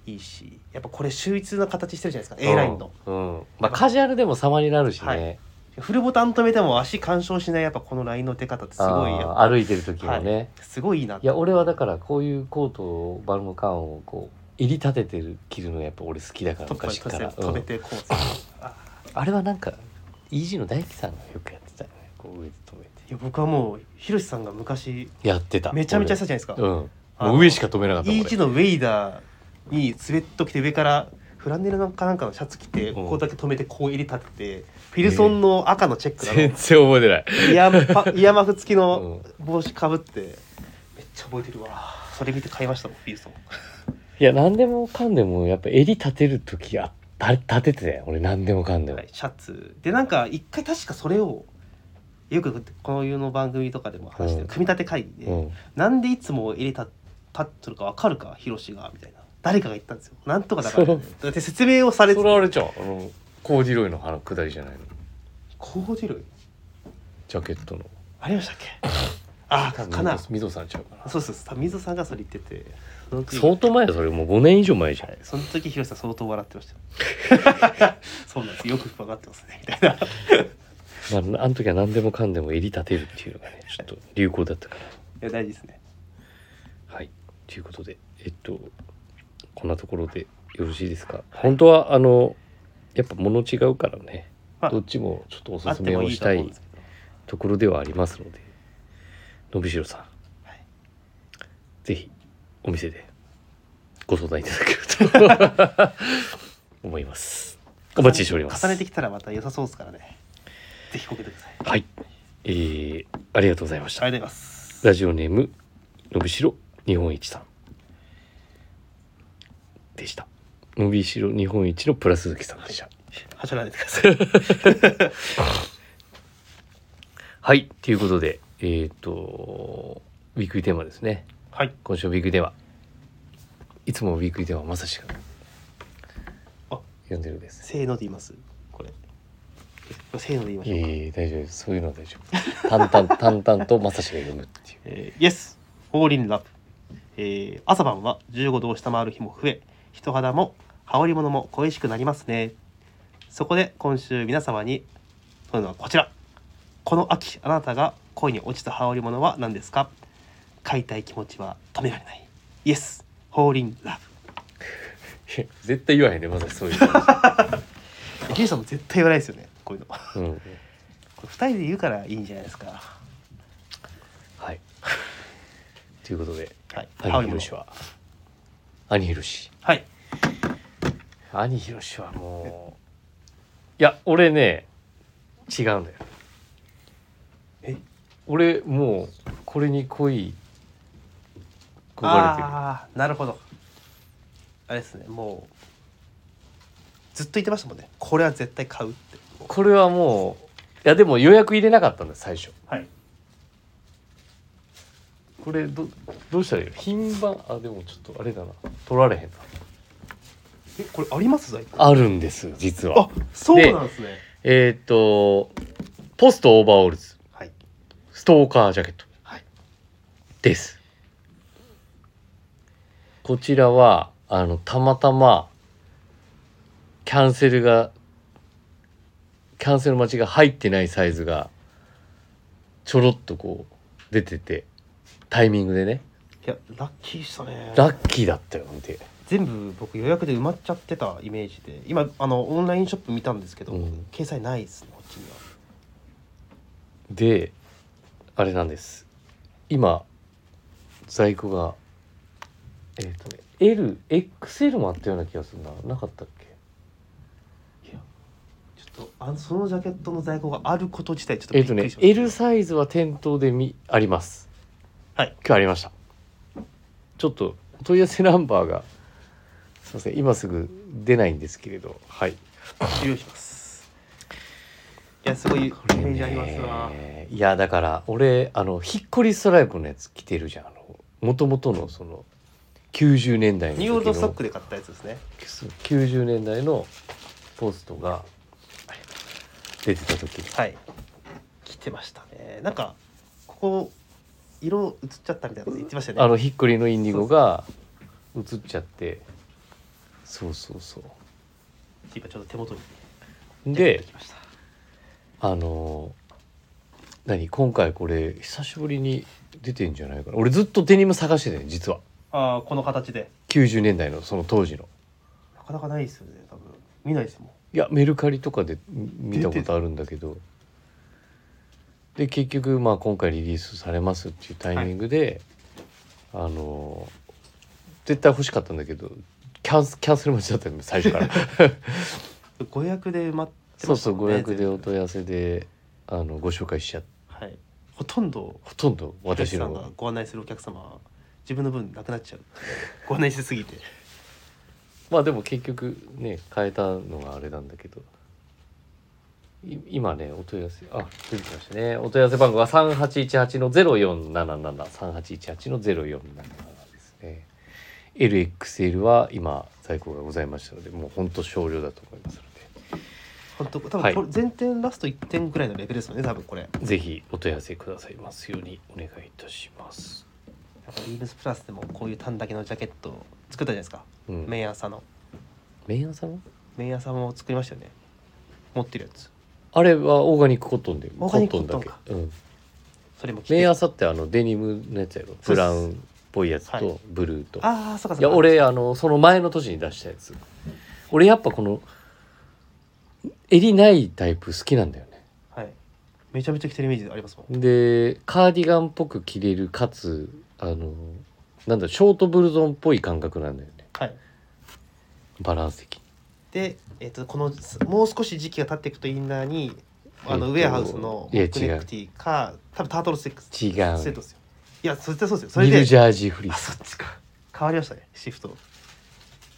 S1: いいしやっぱこれ秀逸な形してるじゃないですか A ラインの、
S2: うん、うんまあカジュアルでも様になるしね、
S1: はいフルボタン止めても足干渉しないやっぱこのラインの出方ってすごいやっ
S2: あ
S1: ぱ
S2: ー歩いてる時もね、、
S1: はすごいいいない
S2: や俺はだからこういうコートをバルムカーンをこう入り立ててる着るのやっぱ俺好きだから
S1: とか
S2: 昔から、
S1: 止
S2: う
S1: め
S2: ん
S1: てこうすあ
S2: あれはなんか EG の大輝さんがよくやってたよねこう上で止め
S1: い
S2: て
S1: や僕はもうヒロシさんが昔
S2: やってた
S1: めちゃめちゃしたじゃないですか
S2: 俺うん
S1: あの
S2: もう上しか止めなかった
S1: E1
S2: 俺
S1: のウェイダーにスウェット着て上からフランネルなんかなんかのシャツ着てここだけ止めてこう襟立ててフィルソンの赤のチェック
S2: 全然
S1: な
S2: 覚えてない
S1: [laughs] のイヤーパイヤーマフ付きの帽子かぶってめっちゃ覚えてるわそれ見て買いましたもんフィルソン
S2: いや何でもかんでもやっぱ襟立てる時あった立ててたよ俺何でもかんでも、
S1: はいシャツでなんか一回確かそれをよくこの世の番組とかでも話して
S2: うん
S1: る組み立て会議で、
S2: うん
S1: なんでいつも入れた立ってるかわかるかヒロシがみたいな誰かが言ったんですよなんとかだからね、だって説明をされて
S2: それあれじゃんあのコーディロイのあの下りじゃないの
S1: コーディロイ
S2: ジャケットの
S1: ありましたっけああかな
S2: みぞさんちゃうかな
S1: そうそうそう水野さんがそれ言っててその時
S2: 相当前だよそれもう5年以上前じゃん
S1: その時ヒロシさん相当笑ってましたよ
S2: [laughs]
S1: そうなんですよく分かってますねみたいな
S2: まあ、あの時は何でもかんでも襟立てるっていうのがねちょっと流行だったか
S1: いや大事ですね
S2: ら。はいということでえっとこんなところでよろしいですか、本当はあのやっぱ物違うからね、
S1: まあ
S2: どっちもちょっとお
S1: あ
S2: す
S1: っ
S2: す
S1: て
S2: め
S1: も
S2: を
S1: いい
S2: し
S1: とは
S2: た
S1: 思うん
S2: い
S1: ですけど
S2: ところではありますのでのびしろさん、
S1: はい
S2: ぜひお店でご相談いただけると
S1: [laughs]
S2: 思いますお待ちしております
S1: 重ねてきたらまた良さそうですからねぜひご検討ください
S2: はい、えー、ありがとうございました
S1: ありがとうございます
S2: ラジオネームのびしろ日本一さんでしたのびしろ日本一のプラスズキさんでした
S1: はしゃらないでください
S2: はいということでえっ、とウィークリーテーマですね
S1: はい
S2: 今週のウィークリーテーマいつもウィークリーテーマはまさしく
S1: あ
S2: 読んでるんです
S1: せーので言いますこれこれせーので言いましょうか
S2: ええ大丈夫ですそういうのは大丈夫淡々 [laughs] 淡々とまさしが読むっていう
S1: えー、Yes, Fall in Love、えー朝晩は15度を下回る日も増え人肌も羽織物も恋しくなりますねそこで今週皆様にというのはこちらこの秋あなたが恋に落ちた羽織物は何ですか買いたい気持ちは止められない Yes, Fall in Love
S2: 絶対言わへんねまさしそういうの、
S1: 池内さんも絶対言わないですよねこういうのこ
S2: うん、
S1: れ二人で言うからいいんじゃないですか
S2: はいということで
S1: はい羽織
S2: 兄ひろ
S1: 物
S2: しは兄ひろし
S1: はい
S2: 兄ひろしはもういや俺ね違うんだよ
S1: え
S2: 俺もうこれに恋憧れてる
S1: ああなるほどあれですねもうずっと言ってましたもんねこれは絶対買うって
S2: これはもういやでも予約入れなかったんだよ最初
S1: はい
S2: これどどうしたらいいの品番あでもちょっとあれだな取られへんな
S1: えこれあります在庫
S2: あるんです実
S1: あ
S2: は
S1: そうなんですね
S2: えーっとポストオーバーオールズ
S1: はい
S2: ストーカージャケット
S1: はい
S2: です。こちらは、あの、たまたま、キャンセルが、キャンセル待ちが入ってないサイズが、ちょろっとこう、出てて、タイミングでね、
S1: いやラッキーでしたね
S2: ラッキーだったよ、見て。
S1: 全部僕予約で埋まっちゃってたイメージで今あのオンラインショップ見たんですけど、
S2: うん
S1: 掲載ないですねこっちには
S2: で、あれなんです。今、在庫が、えっ、とね、L、XL もあったような気がするな。なかったっけ
S1: ちょっとあのそのジャケットの在庫があること自体ちょっとび
S2: えっ
S1: っく
S2: と
S1: り
S2: ね
S1: し、ました、
S2: L サイズは店頭でみあります。
S1: はい。
S2: 今日ありました。ちょっと問い合わせナンバーが、すいません、今すぐ出ないんですけれど、はい。
S1: 用意しますいやすごいイメージありますわ、
S2: ねいや、だから、俺、あの、ひっこりストライプのやつ着てるじゃん。あの、元々のその、90年代の
S1: ニ
S2: 時
S1: ュー
S2: の
S1: オールドストックで買ったやつですね
S2: 90年代のポストがあれ出てた時に
S1: はい来てましたねなんかここ色映っちゃったみたいなこと言ってましたよね
S2: あのひっくりのインディゴが映っちゃってそうそうそう
S1: 今ちょっと手元に
S2: で
S1: きました
S2: あのー何今回これ久しぶりに出てんじゃないかな俺ずっとデニム探してたよ実は
S1: ああこの形で
S2: 90年代のその当時の
S1: なかなかないですよね多分見ないですもん
S2: いやメルカリとかで見見たことあるんだけどで結局まあ今回リリースされますっていうタイミングで、あのー絶対欲しかったんだけどキャンスキャンセル待ちだったよ最初から
S1: ご予約で埋まって
S2: そ
S1: ま
S2: う
S1: した
S2: そう
S1: もん
S2: ご
S1: ね
S2: 予約でお
S1: 全部
S2: 問い合わせであのご紹介しちゃって
S1: はいほとんど
S2: ほとんど私
S1: 広瀬さんが
S2: の
S1: ご案内するお客様は自分の分なくなっちゃうご案内しすぎて
S2: まあでも結局ね変えたのがあれなんだけどい今ねお問い合わせあ出てきましたねお問い合わせ番号は3818の04773818の0477ですね LXL は今在庫がございましたのでもうほんと少量だと思いますの
S1: 本当多
S2: はい
S1: 分これ前点ラスト1点ぐらいのレベルですよね多分これ
S2: でぜひお問い合わせくださいますようにお願いいたします、
S1: やっぱビームスプラスでもこういう短丈のジャケットを作ったじゃないですか
S2: うん、
S1: 麺屋さんの
S2: 麺屋さん
S1: 麺屋さんも作りましたよね持ってるやつ
S2: あれはオーガニックコットンで
S1: オーガニックコット
S2: だ
S1: ン
S2: け
S1: か
S2: うん
S1: それも着て
S2: 麺屋さんってあのデニムのやつやろ
S1: そう
S2: ブ
S1: っす
S2: ラウンっぽいやつ
S1: は
S2: と
S1: い
S2: ブルーと
S1: ああそうかそうか
S2: いや俺あのその前の年に出したやつ俺やっぱこの襟ないタイプ好きなんだよね
S1: はいめちゃめちゃ着てるイメージありますもん
S2: でカーディガンっぽく着れるかつあのなんだろうショートブルゾンっぽい感覚なんだよね
S1: はい、
S2: バランス的に
S1: で、えっとこのもう少し時期が経っていくとインナーにあの、
S2: え
S1: ウ
S2: っと
S1: ェアハウスの
S2: いや
S1: ネク
S2: 違う
S1: ネクティか多分タートルセックス
S2: 違う
S1: セットですよいやそれってそうですよそれ
S2: ニ
S1: で
S2: ルジャージーフリー
S1: あ
S2: ス
S1: そっちか変わりましたねシフト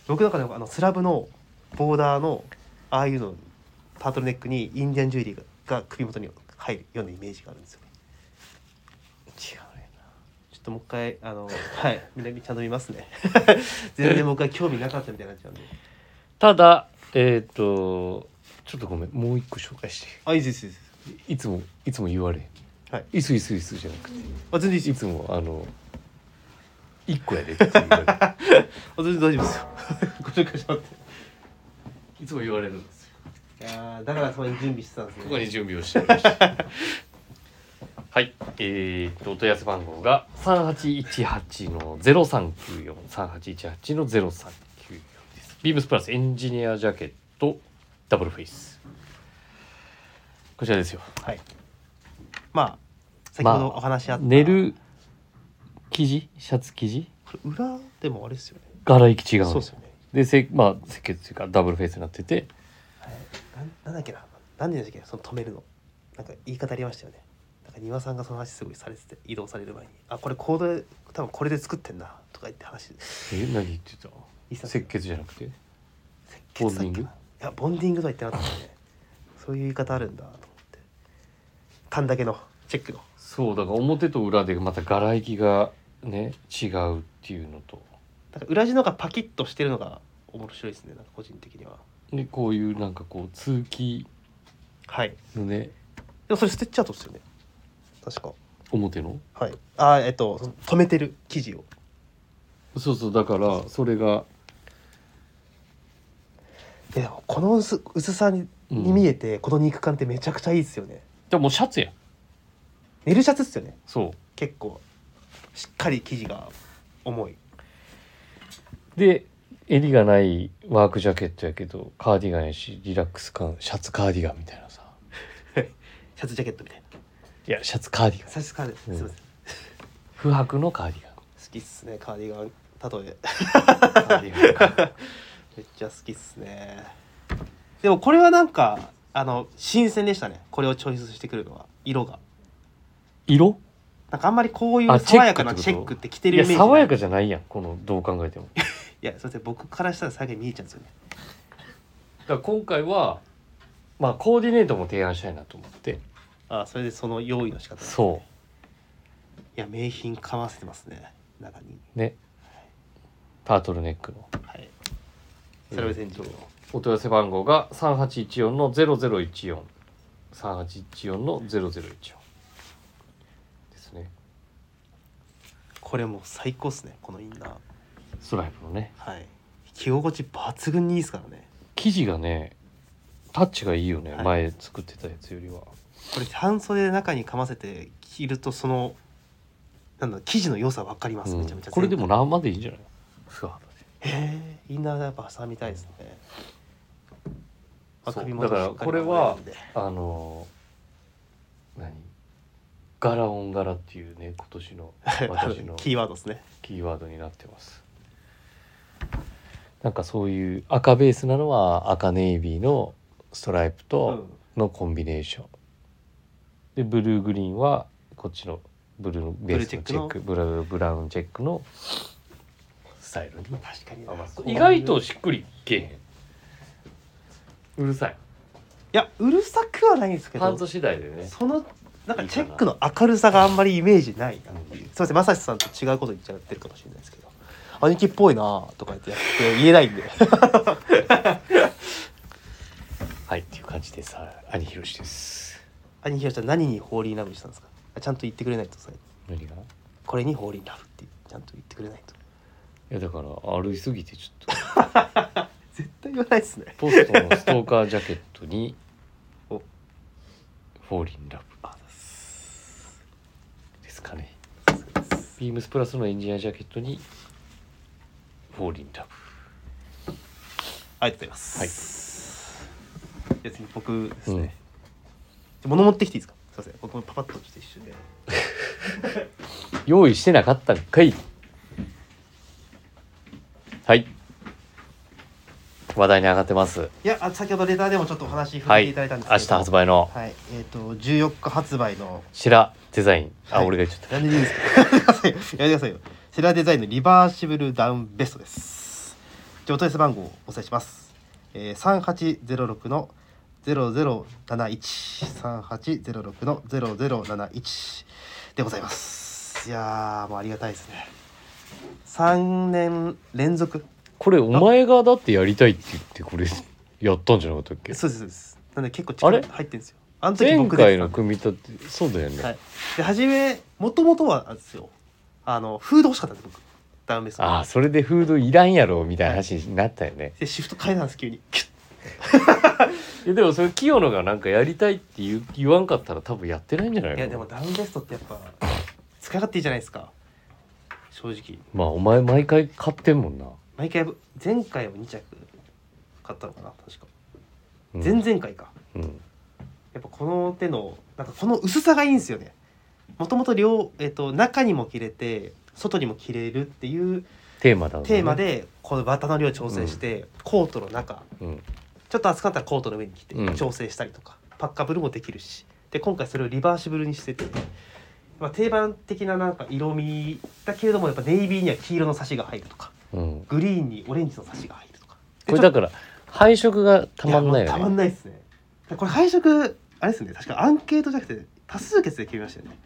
S1: 僕の中でもあのスラブのボーダーのああいうのタートルネックにインディアンジュエリーがが首元に入るようなイメージがあるんですよね
S2: 違うね
S1: ちょっともう一回あ [laughs] のはいみんなちゃんと見ますね [laughs] 全然僕は興味なかったみたいになっちゃうんで
S2: ただえっ、とちょっとごめんもう一個紹介して
S1: あいいですいいです
S2: いつもいつも言われ
S1: はいです
S2: いすいすいすじゃなくて
S1: あ全然いいです
S2: い
S1: よ
S2: つもあの一個やでって言われる
S1: [laughs] あ全然大丈夫ですよ [laughs] ご紹介しまって
S2: いつも言われるんですよ
S1: いやーだからそこに準備してたんですね
S2: ここに準備をしておりました [laughs] はいえー、っとお問い合わせ番号が3818の0394 3818の0394ですビームスプラスエンジニアジャケットダブルフェイスこちらですよ
S1: はいまあ先ほどお話しあった、
S2: 寝る生地シャツ生地
S1: これ裏でもあれですよね
S2: 柄行き違うの
S1: そうですよね
S2: でせまあ設計というかダブルフェイスになってて
S1: なんなんだっけな何でしたっけその止めるのなんか言い方ありましたよねなんか庭さんがその話すごいされてて移動される前にあこれコードで多分これで作ってんなとか言って話
S2: え何言ってた
S1: いさ
S2: 設計図じゃなくて
S1: ケツだっけ
S2: ボンディン
S1: ない
S2: グ
S1: やボンディングとは言ってなかったですねそういう言い方あるんだと思って単だけのチェックの
S2: そうだから表と裏でまた柄行きがね違うっていうのと
S1: だから裏地の方がパキッとしてるのが面白いですねなんか個人的には
S2: でこういうなんかこう通気
S1: はいで
S2: のね
S1: もそれステッチアートですよね確か
S2: 表の
S1: はいあーえっとその止めてる生地を
S2: そうそうだからそれが
S1: ででもこの薄薄さに
S2: うん
S1: に見えて、この肉感ってめちゃくちゃいいですよね
S2: でももうシャツやん
S1: 寝るシャツっすよね
S2: そ
S1: 結構しっかり生地が重いう
S2: で襟がないワークジャケットやけどカーディガンやしリラックス感シャツカーディガンみたいなさ
S1: [laughs] シャツジャケットみたいない
S2: やシャツカーディガン
S1: さすがです、
S2: うん
S1: すいません好
S2: 不白のカーディガン
S1: きっすねカーディガン例え
S2: カーディガンか
S1: [laughs] めっちゃ好きっすねでもこれはなんかあの新鮮でしたねこれをチョイスしてくるのは色が
S2: [laughs] 色
S1: なんかあんまりこうい
S2: あ
S1: う
S2: チェック
S1: 爽やかな
S2: ってこと
S1: チェックって着て
S2: い
S1: るイメ
S2: や
S1: ージ
S2: 爽やか
S1: い
S2: じゃないやんこのどう考えてもだか
S1: いやすいません僕からしたら最後に見えちゃうんですよね
S2: ら今回はまあコーディネートも提案したいなと思って
S1: あそれでその用意の仕方い
S2: そ
S1: や名品かませてますね中に
S2: うねタートルネックの
S1: はいそれは全長
S2: お問い合わせ番号が3814の0014 3814の0014ですね
S1: これもう最高っすねこのインナー
S2: ストライプのね
S1: はい着心地抜群にいいですからね
S2: 生地がねタッチがいいよね、
S1: はい
S2: 前作ってたやつよりは
S1: これ半袖中にかませて着るとそのなんだろう生地の良さ分かります、
S2: うん
S1: めちゃめちゃ
S2: これでも生でいいんじゃない素肌で
S1: へえインナーやっぱ挟みたいですねまあ
S2: そう
S1: 首元
S2: だから
S1: しっり
S2: これは
S1: 守れるんで
S2: あのー何柄オン柄っていうね今年 [laughs] の私の
S1: キーワードですね
S2: キーワードになってますなんかそういう赤ベースなのは赤ネイビーのストライプとのコンビネーション、でブルーグリーンはこっちのブルーのベースのチェックブラブラウンチェックのスタイルに
S1: 確かに
S2: 合わせて意外と
S1: い
S2: しっくりけえへんうるさい
S1: やうるさくはないんですけ
S2: パン
S1: ど
S2: ツ次第でね
S1: そのなんかチェックの明るさがあんまりイメージないな
S2: うん
S1: すいません正志さんと違うこと言っちゃってるかもしれないですけど兄貴っぽいなとか言ってやって言えないん
S2: [laughs]
S1: で
S2: はいっていう感じでさ兄ひろしです
S1: 兄貴はじゃあ何にホーリーラブにしたんですかあちゃんと言ってくれないとさ
S2: 何がい
S1: これにホーリーラブってちゃんと言ってくれないと
S2: やだから歩いすぎてちょっと
S1: 絶対言わないですね
S2: ポストのストーカージャケットに
S1: お
S2: 「フォーリンラブ
S1: あす」
S2: ですかねビームスプラスのエンジニアジャケットに「フォーリンラ
S1: ありがとうございますはいや次僕です
S2: ブ」
S1: ね、物持ってきていいですかすいません僕もパパッとちょっと一瞬で
S2: 用意してなかったんかいはい話題に上がってます
S1: いやあ先ほどレターでもちょっとお話触れていただいたんですけど、
S2: 明日発売の
S1: はいえっ、と14日発売の
S2: 白デザインあ、
S1: はい
S2: 俺が言っちゃっ
S1: 何でいいですか [laughs] やめてくださいよやめてくださいよセラデザインのリバーシブルダウンベストですじゃあお問い合わせ番号をお伝えします、えー、3806の00713806の0071でございますいやーもうありがたいですね3年連続
S2: たこれお前がだってやりたいって言ってこれやったんじゃなかったっけ
S1: そうですそうですなんで結構
S2: あれ
S1: 力入ってんですよあの時
S2: 前
S1: 僕出て
S2: 回
S1: た
S2: の
S1: んで
S2: 組み立てそうだよね、
S1: はいで初めもともとはなんですよあのフード欲しかったんです僕ダウンベスト
S2: ああそれでフードいらんやろみたいな話になったよね、
S1: でシフト変えたんです急にキュッ
S2: いやでもそれ清野がなんかやりたいって言う言わんかったら多分やってないんじゃないの
S1: いやでもダウンベストってやっぱ使い勝手いいじゃないですか正直
S2: まあお前毎回買ってんもんな、
S1: 毎回前回も2着買ったのかな確か、
S2: うん
S1: 前々回か
S2: うん
S1: やっぱこの手のなんかこの薄さがいいんですよねもともと両、えっと中にも着れて外にも着れるっていう
S2: テーマだもんね
S1: テーマ、でこの綿の量調整して、コートの中
S2: うん、
S1: ちょっと暑かったらコートの上に着て
S2: うん
S1: 調整したりとか、パッカブルもできるしで今回それをリバーシブルにしてて、まあ、定番的ななんか色味だけれどもやっぱネイビーには黄色の差しが入るとか
S2: うん、
S1: グリーンにオレンジの差しが入るとかで
S2: これ
S1: ちょ
S2: だ
S1: っ
S2: から配色がた
S1: と
S2: まんない
S1: やもうた
S2: よ
S1: まん
S2: ね
S1: ないですねでこれ配色あれですね確かアンケートじゃなくて多数決で決めましたよね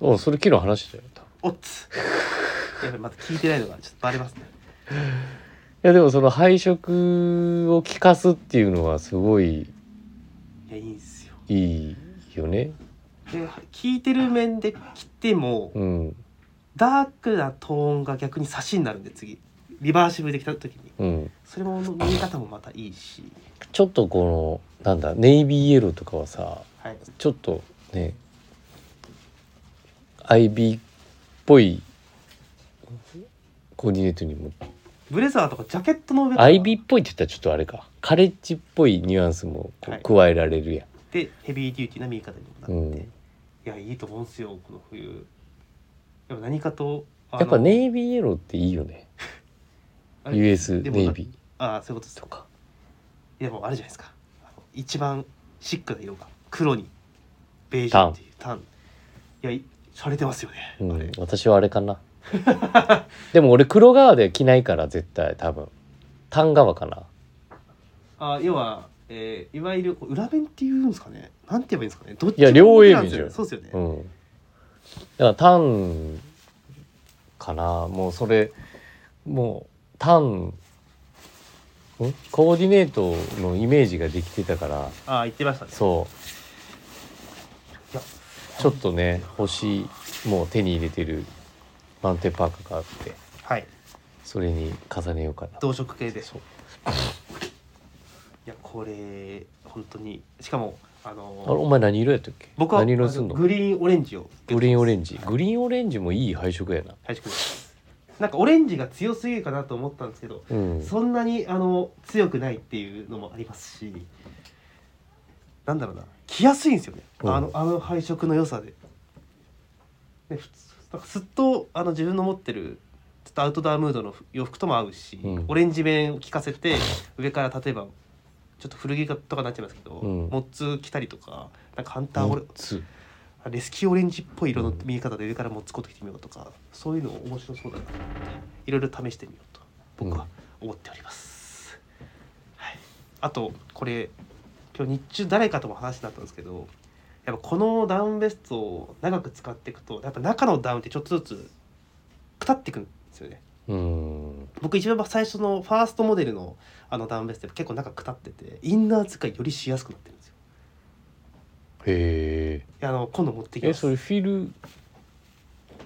S2: うんそれ昨日話してたよ多分
S1: おっつ
S2: [laughs]
S1: やっぱりまだ聞いてないのがちょっとバレますね
S2: いやでもその配色を効かすっていうのはすごい
S1: いやいいんですよ
S2: いいよね
S1: で聞いてる面で着ても、
S2: うん
S1: ダークなトーンが逆に差しになるんで次リバーシブルできた時に
S2: うん
S1: それも見え方もまたいいし、
S2: ちょっとこのなんだネイビーイエローとかはさ
S1: はい、
S2: ちょっとねアイビーっぽいコーディネートにも
S1: ブレザーとかジャケットの上とか
S2: アイビーっぽいって言ったらちょっとあれかカレッジっぽいニュアンスもこ
S1: はいう
S2: 加えられるやん、
S1: でヘビーデューティーな見え方にもなって、
S2: うん
S1: いやいいと思うんですよこの冬でも何かとあの
S2: やっぱネイビーイエローっていいよね
S1: あれ
S2: US
S1: でも
S2: ネイビ
S1: ああそういうことです
S2: ーとか
S1: いやもうあるじゃないですかあの一番シックな色が黒にベージュっていうタンいやい洒落てますよね、
S2: う
S1: あれ
S2: ん私はあれかなでも俺黒側で着ないから絶対多分単側かな
S1: あ要は、えーいわゆるこう裏弁っていうんですかねなんて言えばいいんですかねどっち
S2: いや
S1: も
S2: 両
S1: 裏
S2: 英
S1: なんで
S2: 文
S1: す
S2: じゃ
S1: よ
S2: ん
S1: ねそうですよね、
S2: うんだからタンかなもうそれもうタンんコーディネートのイメージができてたから
S1: ああ言ってましたね
S2: そう
S1: いや
S2: ちょっとね欲しいもう手に入れてるマウンテンパーカーがあって
S1: はい
S2: それに重ねようかな
S1: 同色系でい
S2: そう
S1: やこれ本当にしかもあの
S2: あれお前何色やったっけ
S1: 僕は
S2: 何色にすんの
S1: あのグリーンオレンジを
S2: グリーンオレンジグリーンオレンジもいい配色やな
S1: 配色ですなんかオレンジが強すぎるかなと思ったんですけど、
S2: うん
S1: そんなにあの強くないっていうのもありますしなんだろうな着やすいんですよね、
S2: うん
S1: あのあの配色の良さでで普通なんかすっとあの自分の持ってるちょっとアウトドアムードのふ洋服とも合うし、
S2: うん
S1: オレンジ面を着かせて上から例えばちょっと古着とかになっちゃいますけど、
S2: うん
S1: モッツ着たりとかなんかハンターオレ
S2: 3つ
S1: レスキューオレンジっぽい色の見え方で上から持つこと着てみようとかそういうの面白そうだなと思っていろいろ試してみようと僕は思っております、はい、あとこれ今日日中誰かとも話になったんですけどやっぱこのダウンベストを長く使っていくとやっぱ中のダウンってちょっとずつくたっていくんですよね
S2: うん
S1: 僕一番最初のファーストモデルのあのダウンベストって結構中くたっててインナー使いよりしやすくなってるんですよ
S2: へ
S1: いやあの今度持ってき
S2: え
S1: ま
S2: え
S1: す
S2: それフィル
S1: い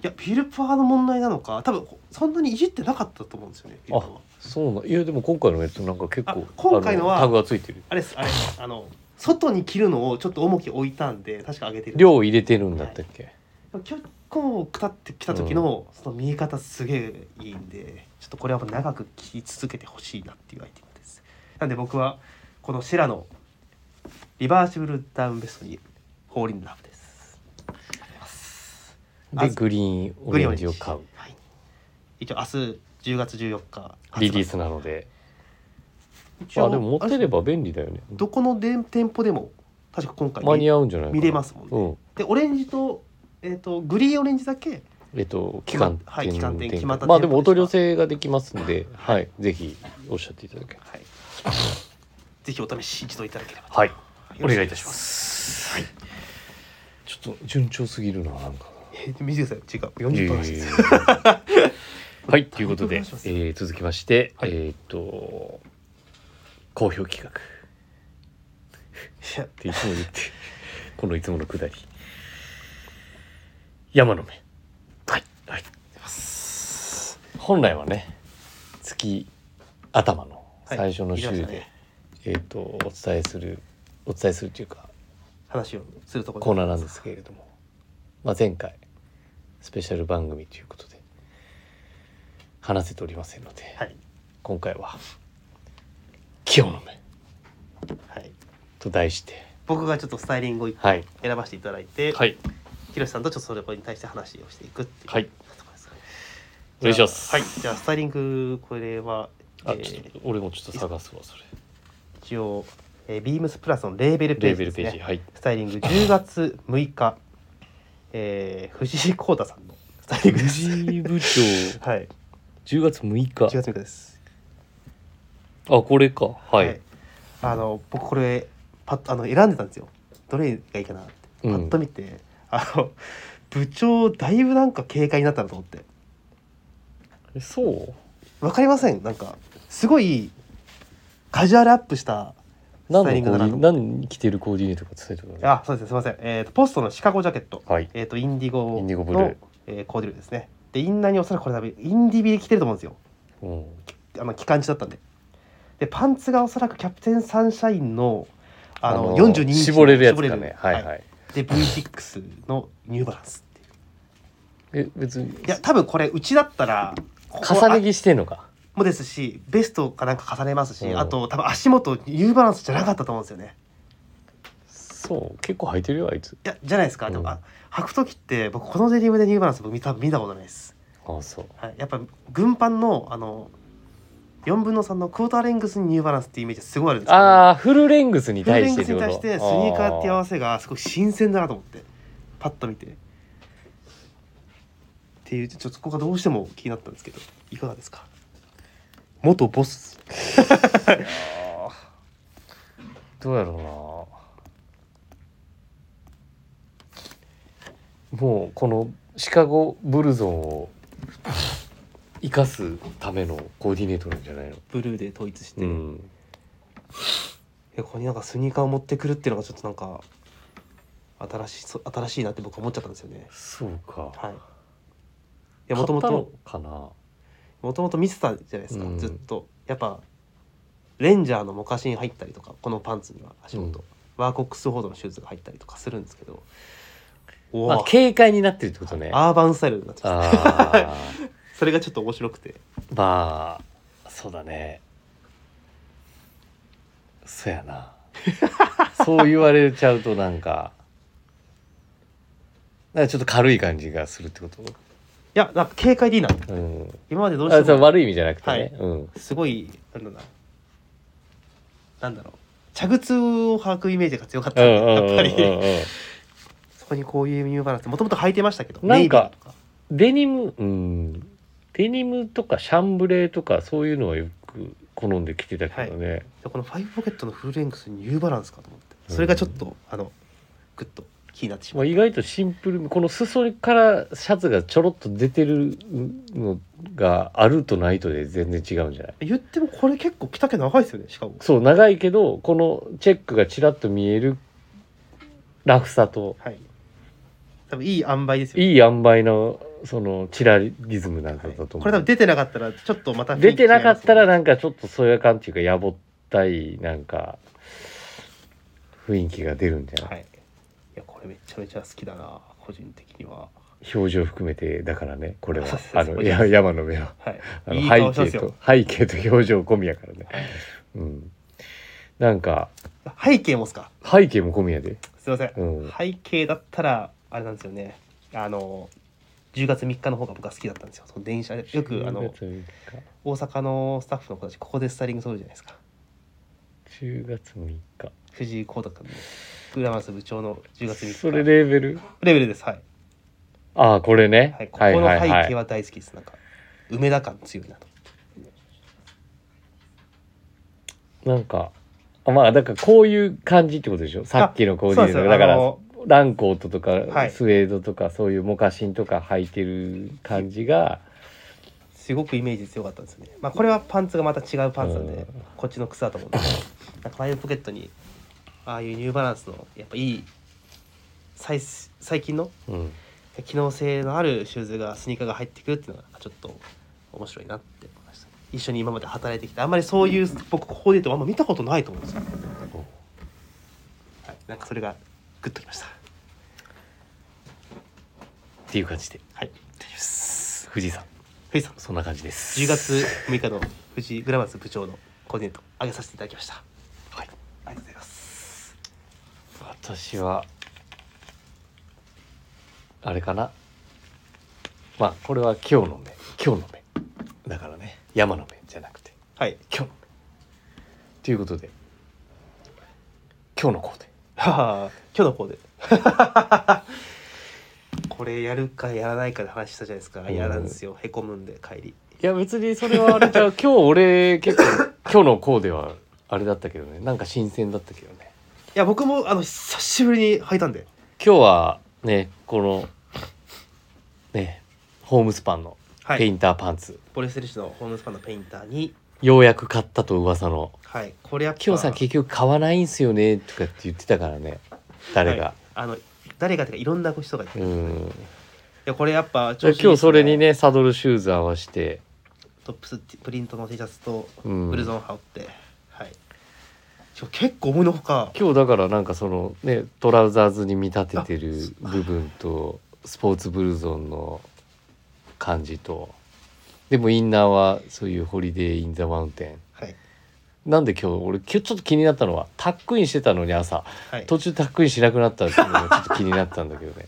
S1: やフィルパーの問題なのか多分そんなにいじってなかったと思うんですよねフィルパーは
S2: そうなんいやでも今回のやつなんか結構
S1: あ今回のは
S2: あタグがついてる
S1: あれですあれあの外に着るのをちょっと重き置いたんで確か上げてる
S2: 量を入れてるんだったっけ、
S1: 結構くたってきた時の、その見え方すげえいいんでちょっとこれはやっぱ長く着続けてほしいなっていうアイテムですなんで僕はこのシェラのリバーシブルダウンベストにホーリンラブですありがとうございます
S2: でグリーンオレンジを買う
S1: はい、一応明日10月14日
S2: リリースなので
S1: 一応
S2: あでも持ってれば便利だよね
S1: どこので店舗でも確か今回
S2: 間に合うんじゃないかな
S1: 見れますもんね
S2: うん
S1: でオレンジと,、えー、とグリーンオレンジだけ
S2: えっと、期間
S1: はい期間店
S2: 展
S1: 決まった
S2: まあでもお
S1: 店舗で
S2: 取り寄
S1: した
S2: せができますんで、はい、ぜひおっしゃっていただければ
S1: はい、ぜひお試し一度いただければ
S2: はい、
S1: と
S2: お願いいたします。はい。ちょっと順調すぎるな、なんか。
S1: えー見てください時間40分らしいです
S2: [laughs] はい、ということで、え
S1: お願いします
S2: ー、続きまして、
S1: はい
S2: えーっと、好評企画っ
S1: いや
S2: ていつも言って、 [laughs] このいつものくだり。山の目。はい。はい。本来はね、月頭の
S1: はい
S2: 最初の週
S1: 見て
S2: で、
S1: ましたね
S2: えーっと、お伝えする、お伝えするというか、
S1: 話をするところ
S2: コーナーなんですけれども、まあ、前回スペシャル番組ということで話せておりませんので、
S1: はい
S2: 今回は「清の目
S1: はい」
S2: と題して
S1: 僕がちょっとスタイリングを
S2: はい
S1: 選ばせていただいて、
S2: はい
S1: ひろしさんとちょっとそれに対して話をしていくっていう、
S2: はい
S1: ところですかね
S2: お願いします
S1: はいじゃあスタイリングこれは、え
S2: あ
S1: ー
S2: ちょっと俺もちょっと探すわそれ
S1: 一応、えー、ビームスプラスのレーベルペ
S2: レ
S1: ー
S2: ー
S1: ジ
S2: ベ
S1: で
S2: ル
S1: す
S2: ペ
S1: ね
S2: ージ、はい
S1: スタイリング10月6日、えー、藤井耕太さんのスタイリングです
S2: 藤井部長
S1: はい
S2: 10月6
S1: 10
S2: 日
S1: 月6日です
S2: あこれかはい、
S1: あの僕これパッとあの選んでたんですよどれがいいかなってパ
S2: うん
S1: ッと見て、あの部長だいぶなんか警戒になったなと思って
S2: えそう
S1: わかりませんなんかすごいカジュアルアップしたスタイリ
S2: 何
S1: ン
S2: の
S1: グ
S2: コ
S1: だ
S2: ーデ
S1: な
S2: ィ
S1: と思
S2: ネ
S1: って
S2: 何着てるコーディネートか伝えてくださ
S1: あそうですねすいません、えー、とポストのシカゴジャケット
S2: いはい
S1: えー、とインディゴ
S2: インディゴブル
S1: の
S2: ー、
S1: えーコーデュルですねでインナーにおそらくこれ多分インディビで着てると思うんですよ
S2: うん
S1: あの期間中だったんででパンツがおそらくキャプテンサンシャインのあの42インチの
S2: 絞れるやつだ
S1: 絞れ
S2: ね
S1: る
S2: はいはい、
S1: で V6 のニューバランスってい
S2: え別に
S1: ういや多分これうちだったらここ
S2: 重ね着してんのか
S1: あもですしベストかなんか重ねますし、
S2: うん
S1: あと多分足元ニューバランスじゃなかったと思うんですよね
S2: そう結構履いてるよあいつ
S1: いやじゃないですかでも、
S2: うん
S1: あ履く時って僕このデニムでニューバランス僕見た見たことないです
S2: ああそう
S1: はい、やっぱ軍パンのあの4分の3のクォーターレングスにニューバランスっていうイメージがすごいあるんですけど
S2: ああフルレングスに
S1: フル
S2: 対
S1: レ
S2: し
S1: ン
S2: て
S1: グスに対してスニーカーっていう合わせがすごく新鮮だなと思ってパッと見てっていうちょっとそこがどうしても気になったんですけどいかがですか元ボス
S2: どうやろうなもうこのシカゴブルゾンを生かすためのコーディネートなんじゃないの
S1: ブルーで統一して、
S2: う
S1: い
S2: ん
S1: やここになんかスニーカーを持ってくるっていうのがちょっとなんか新しいそ新しいなって僕は思っちゃったんですよね
S2: そうか
S1: はいい
S2: い
S1: やもともと
S2: かな
S1: もともと見てたじゃないですか、
S2: うん
S1: ずっとやっぱレンジャーのモカシン入ったりとかこのパンツには足元、
S2: うん
S1: ワーコックスフォードのシューズが入ったりとかするんですけどお
S2: まあ
S1: お、
S2: 軽快になってるってことねあ
S1: アーバンスタイルになってきた
S2: あ [laughs]
S1: それがちょっと面白くて
S2: ーまあそうだねそうやな [laughs] そう言われちゃうとなんかなんかちょっと軽い感じがするってこと
S1: いやなんか軽快でいいな
S2: うん、
S1: 今までどう
S2: あ
S1: して
S2: そう
S1: も
S2: 悪い意味じゃなくてね、
S1: はい
S2: うん、
S1: すごいなんだろうななんだろう着靴を履くイメージが強かったんでやっぱ
S2: うんうん
S1: り
S2: うんうん
S1: そこにこういうニューバランスもともと履いてましたけど
S2: なんか
S1: ネイビーとか
S2: デニムうんデニムとかシャンブレーとかそういうのはよく好んで着てたけどね、
S1: でこのファイブポケットのフルレングスニューバランスかと思ってそれがちょっと、あのグッと気になってしま
S2: ま
S1: う
S2: あ、意外とシンプルこの裾からシャツがちょろっと出てるのがあるとないとで全然違うんじゃない
S1: 言ってもこれ結構着丈長いですよねしかも
S2: そう長いけどこのチェックがちらっと見えるラフさと
S1: はい多分いい塩梅ですよね
S2: いい塩梅のそのチラリズムなんだ
S1: はい
S2: と思う、
S1: これ多分出てなかったらちょっとまた
S2: 出てなかったら
S1: な
S2: なんかちょっとそやかんっていうかやぼったいなんか雰囲気が出るんじゃない、
S1: はいいやこれめちゃめちゃ好きだな個人的には
S2: 表情含めてだからねこれは
S1: そうそう
S2: あ
S1: そう
S2: のや山の目は
S1: はい
S2: あ
S1: いい
S2: の
S1: 顔して
S2: 背
S1: ます
S2: 景と
S1: よ
S2: 背景と表情込みやからねうんなんか
S1: 背景もっすか
S2: 背景も込みやです
S1: いません、
S2: うん
S1: 背景だったらあれなんですよねあの10月3日の方が僕は好きだったんですよその電車でよくあの
S2: 10
S1: 大阪のスタッフの子たちここでスタイリングするじゃないですか
S2: 月3日
S1: 藤井光太君のグラマス部長の10
S2: 10
S1: 月
S2: 月
S1: 3
S2: 3
S1: 日
S2: 日それレーベル
S1: レベルですはい、
S2: ああこれね
S1: はい、ここの背
S2: はい
S1: 景は大好きです、なんか梅田感強いなと
S2: なんかあまあだからこういう感じってことでしょさっきのコーディネー
S1: そう
S2: ト
S1: なん
S2: だ
S1: ですよ
S2: か
S1: あ
S2: ら
S1: の
S2: ランコートと
S1: は
S2: か
S1: い
S2: スウェードとかそういうモカシンとか履いてる感じが
S1: すごくイメージ強かったんですよねまあこれはパンツがまた違うパンツなん
S2: うん
S1: でこっちの靴だと思うんですけどなんかワイドポケットにああいうニューバランスのやっぱいい最最近の
S2: うん
S1: 機能性のあるシューズがスニーカーが入ってくるっていうのがなんかちょっと面白いなって思いました一緒に今まで働いてきてあんまりそういう僕ここで言うとあんま見たことないと思うんですよ、はい、なんかそれがグッときました
S2: っていう感じで
S1: はい大丈夫です
S2: 藤井さん
S1: 藤井さん
S2: そんな感じです
S1: 10月6日の藤井グラマス部長のコーディネート上げさせていただきましたはいありがとうございます
S2: 私はあれかなまあこれは今日の目今日の目だからね山の目じゃなくて
S1: はい
S2: 今日の目ということで今日のコーデ
S1: はあ今日の方でこれやるかやらないかで話したじゃないですか
S2: ん
S1: やらんですよへこむんで帰り
S2: いや別にそれはあ [laughs] れじゃ今日俺結 [laughs] 構今日のコーデはあれだったけどねなんか新鮮だったけどね
S1: いや僕もあの久しぶりに履いたんで
S2: 今日はねこのねホームスパンの
S1: は
S2: ペイ
S1: い
S2: ンターパンツ、
S1: ポレステルシのホームスパンのペインターに
S2: ようやく買ったと噂の
S1: はいこれやっぱ
S2: 「キョさん結局買わないんすよね」とかって言ってたからね誰
S1: は
S2: が
S1: い、あの誰がっていうかいろんな人がいて、
S2: う
S1: い
S2: ん
S1: やこれやっぱ調子いいです
S2: 今日それにねサドルシューズ合わせて
S1: トップスってプリントの T シャツと
S2: うん
S1: ブルゾン羽織って、はいちょ結構思いのほか
S2: 今日だからなんかそのねトラウザーズに見立ててる部分とスポーツブルゾンの感じとでもインナーはそういうホリデー・イン・ザ・マウンテ
S1: はい
S2: ンなんで今日俺今日ちょっと気になったのはタックインしてたのに朝
S1: はい
S2: 途中タックインしなくなったっていうのがちょっと気になったんだ
S1: [laughs]
S2: けどね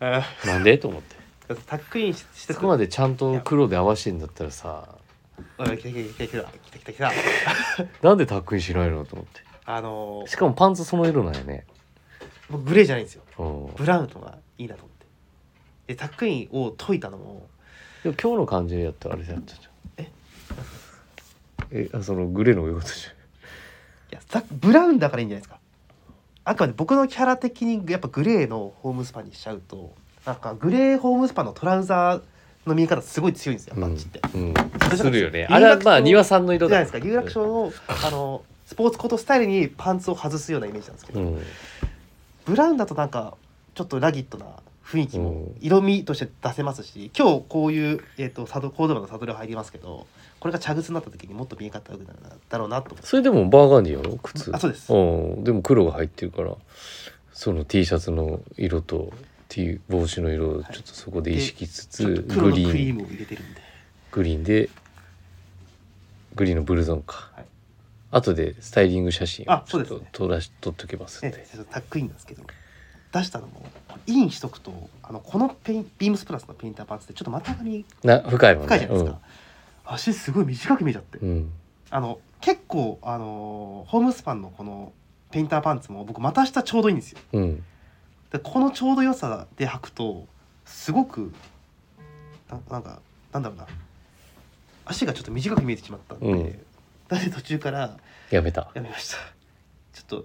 S1: あ
S2: なんでと思って
S1: ータックインしして
S2: そこまでちゃんと黒で合わせてんだったらさ
S1: あ来た来た来た来た来た
S2: [laughs]
S1: 来た来
S2: なんでタックインしないのと思って
S1: たあの
S2: し
S1: ー、
S2: かもパンツその色なんよね
S1: 僕グレーじゃないんですよ
S2: うん
S1: ブラウンとかいいなと思ってでタックインを解いたのも
S2: でも今日の感じでやったらあれだったじゃん
S1: え
S2: えあそのグレーのいうことじ
S1: いやタッブラウンだからいいんじゃないですかあくまで僕のキャラ的にやっぱグレーのホームスパンにしちゃうとなんかグレーホームスパンのトラウザーの見え方すごい強いんですよ
S2: ゃん
S1: バッチって、
S2: うん、
S1: ら
S2: するよね
S1: 有楽町
S2: あれはまあ庭さんの色
S1: じゃな
S2: だ
S1: いですか有楽町のあのスポーツコートスタイルにパンツを外すようなイメージなんですけ
S2: う
S1: ど、
S2: ん
S1: ブラウンだとなんかちょっとラギットな雰囲気も
S2: うん
S1: 色味として出せますし今日こういう、えー、とサドコードバのサドル入りますけどこれが茶靴になった時にもっと見え方良くなるだろうなと思って
S2: それでもバーガンディやろ靴
S1: あそうです
S2: うんでも黒が入ってるからその T シャツの色と T 帽子の色をちょっとそこで意識しつつ、
S1: ちょっと黒
S2: グ
S1: の
S2: リ
S1: クリ
S2: ー
S1: ー
S2: ン
S1: ムを入れてるんで
S2: グリーンでグリーンのブルゾンか、
S1: はい
S2: 後でスタイリング写真を
S1: あ
S2: ち
S1: そ
S2: ょ
S1: う
S2: っ
S1: です
S2: と
S1: ね
S2: 撮らし撮っときますんで
S1: ね、ちょっとタックインなんですけど出したのもインしとくとあのこのペインビームスプラスのペインターパンツってちょっと股上
S2: な深いもんね
S1: 深いじゃないですか、足すごい短く見えちゃって、
S2: うんうん
S1: あの結構あのーホームスパンのこのペインターパンツも僕股下ちょうどいいんですよ
S2: うん
S1: でこのちょうど良さで履くとすごくななんかなんだろうな足がちょっと短く見えてしまったんで、
S2: うん
S1: だって途中から
S2: やめた。
S1: やめましたちょっと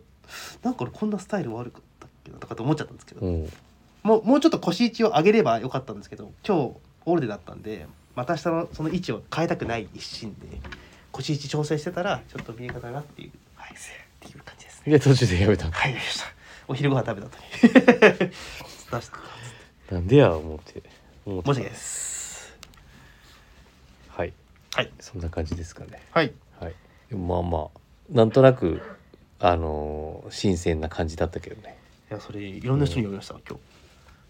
S1: なんか俺こんなスタイル悪かったっけなとかって思っちゃったんですけど、
S2: うん。
S1: もうもうちょっと腰位置を上げればよかったんですけど今日オールデーだったんでまた下のその位置を変えたくない一心で腰位置調整してたらちょっと見え方がっていうはいっていう感じですね
S2: で途中でやめた。
S1: はいやりましたお昼ご飯食べた後に出した
S2: なんでや思って。思っ
S1: 申
S2: て
S1: し訳ない
S2: た
S1: です
S2: はい。
S1: はい
S2: そんな感じですかね。
S1: はい
S2: はい。でもまあまあなんとなくあのー新鮮な感じだったけどね。
S1: いやそれいろんな人に言われました今日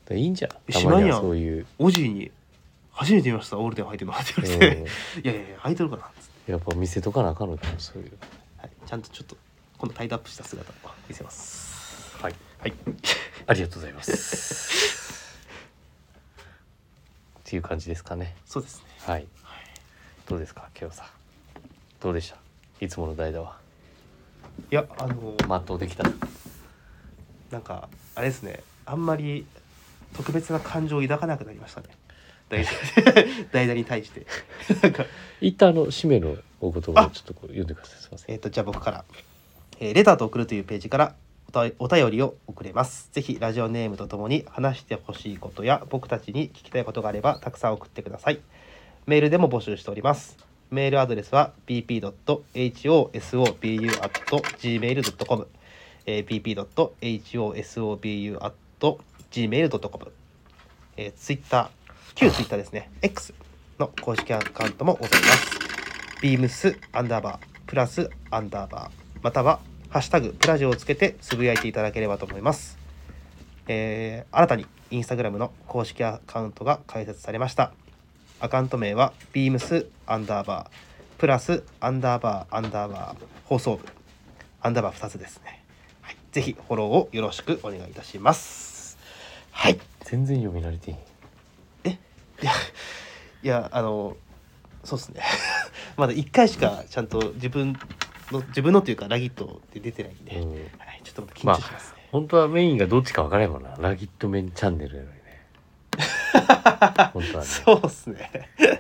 S2: だいいんじゃん。
S1: え
S2: たま
S1: しまん
S2: に
S1: や
S2: は
S1: ん
S2: そういう。
S1: オジーに初めて見ましたオールデン履いてるのって
S2: うん
S1: 言われて、 [laughs] いやいやいや履いてるかなっつって、
S2: やっぱ見せとかなあかんのかなそういう。
S1: はい、ちゃんとちょっと今度タイトアップした姿を見せます
S2: はい。
S1: はい [laughs]
S2: ありがとうございます。っていう感じですかね
S1: そうですね
S2: はいどうですかケイオさんどうでしたいつもの代打はい
S1: やあの
S2: 全うできた
S1: なんかあれですねあんまり特別な感情を抱かなくなりましたね代 [laughs] 打代打に対してなんか
S2: 一旦あの締めのお言葉をちょっとこう読んでくださいすいません
S1: えっとじゃあ僕から、えーレターと送る」というページからおたお便りを送れますぜひラジオネームとともに話してほしいことや僕たちに聞きたいことがあればたくさん送ってくださいメールでも募集しておりますメールアドレスは bp.hosobu.gmail.com bp.hosobu.gmail.com えー、ツイッター旧ツイッターですね X の公式アカウントもございますビームスアンダーバープラスアンダーバーまたはハッシュタグプラジオをつけてつぶやいていただければと思います、えー新たにインスタグラムの公式アカウントが開設されましたアカウント名はビームスアンダーバープラスアンダーバーアンダーバー放送部アンダーバー2つですね、はい、ぜひフォローをよろしくお願いいたしますはい
S2: 全然読み慣れていい
S1: いやあのそうですね [laughs] まだ1回しかちゃんと自分の自分のというかラギットって出てないんで、
S2: うん
S1: はい、ちょっとまた緊張しますね、
S2: 本当はメインがどっちか分からないもんなラギットメンチャンネルや [laughs] のにね本当はね
S1: そうですね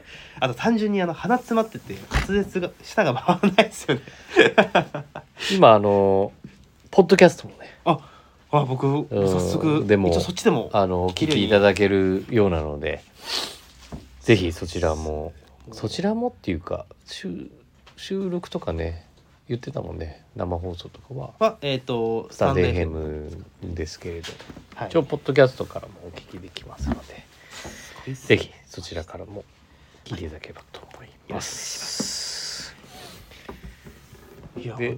S1: [laughs] あと単純にあの鼻詰まってて滑舌が舌が回らないですよね
S2: 今あのポッドキャストもね
S1: ああ僕早速
S2: でも
S1: 一応そっちでも
S2: あのお聞きいただけるようなのでぜひそちらもそちらもっていうか収収録とかね言ってたもんね生放送とかは
S1: はえっ、と
S2: スタンデーヘ
S1: FM
S2: ムですけれど
S1: はい
S2: 一応ポッドキャストからもお聞きできますのでぜひそちらからも聞いていただければと思います。
S1: いや
S2: で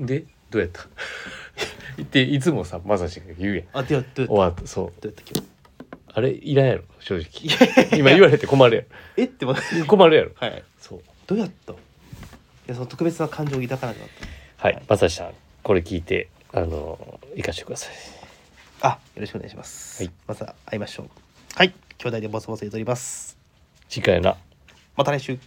S2: でどうやった [laughs] っていつもさまさしが言うやん
S1: あではどう
S2: 終
S1: やっ
S2: わったそう
S1: たどうやった今
S2: あれいらんやろ正直
S1: 日
S2: 今言われて困る
S1: えって待っ
S2: や
S1: て
S2: ろ困るやろ
S1: はい
S2: そう
S1: どうやったいやその特別な感情を抱かなくなっ
S2: はいまさしさんこれ聞いてあの生かしてください
S1: たあよろしくお願いします、
S2: はい
S1: また会いましょうはい兄弟でボソボソ言っております
S2: 次回な
S1: また来週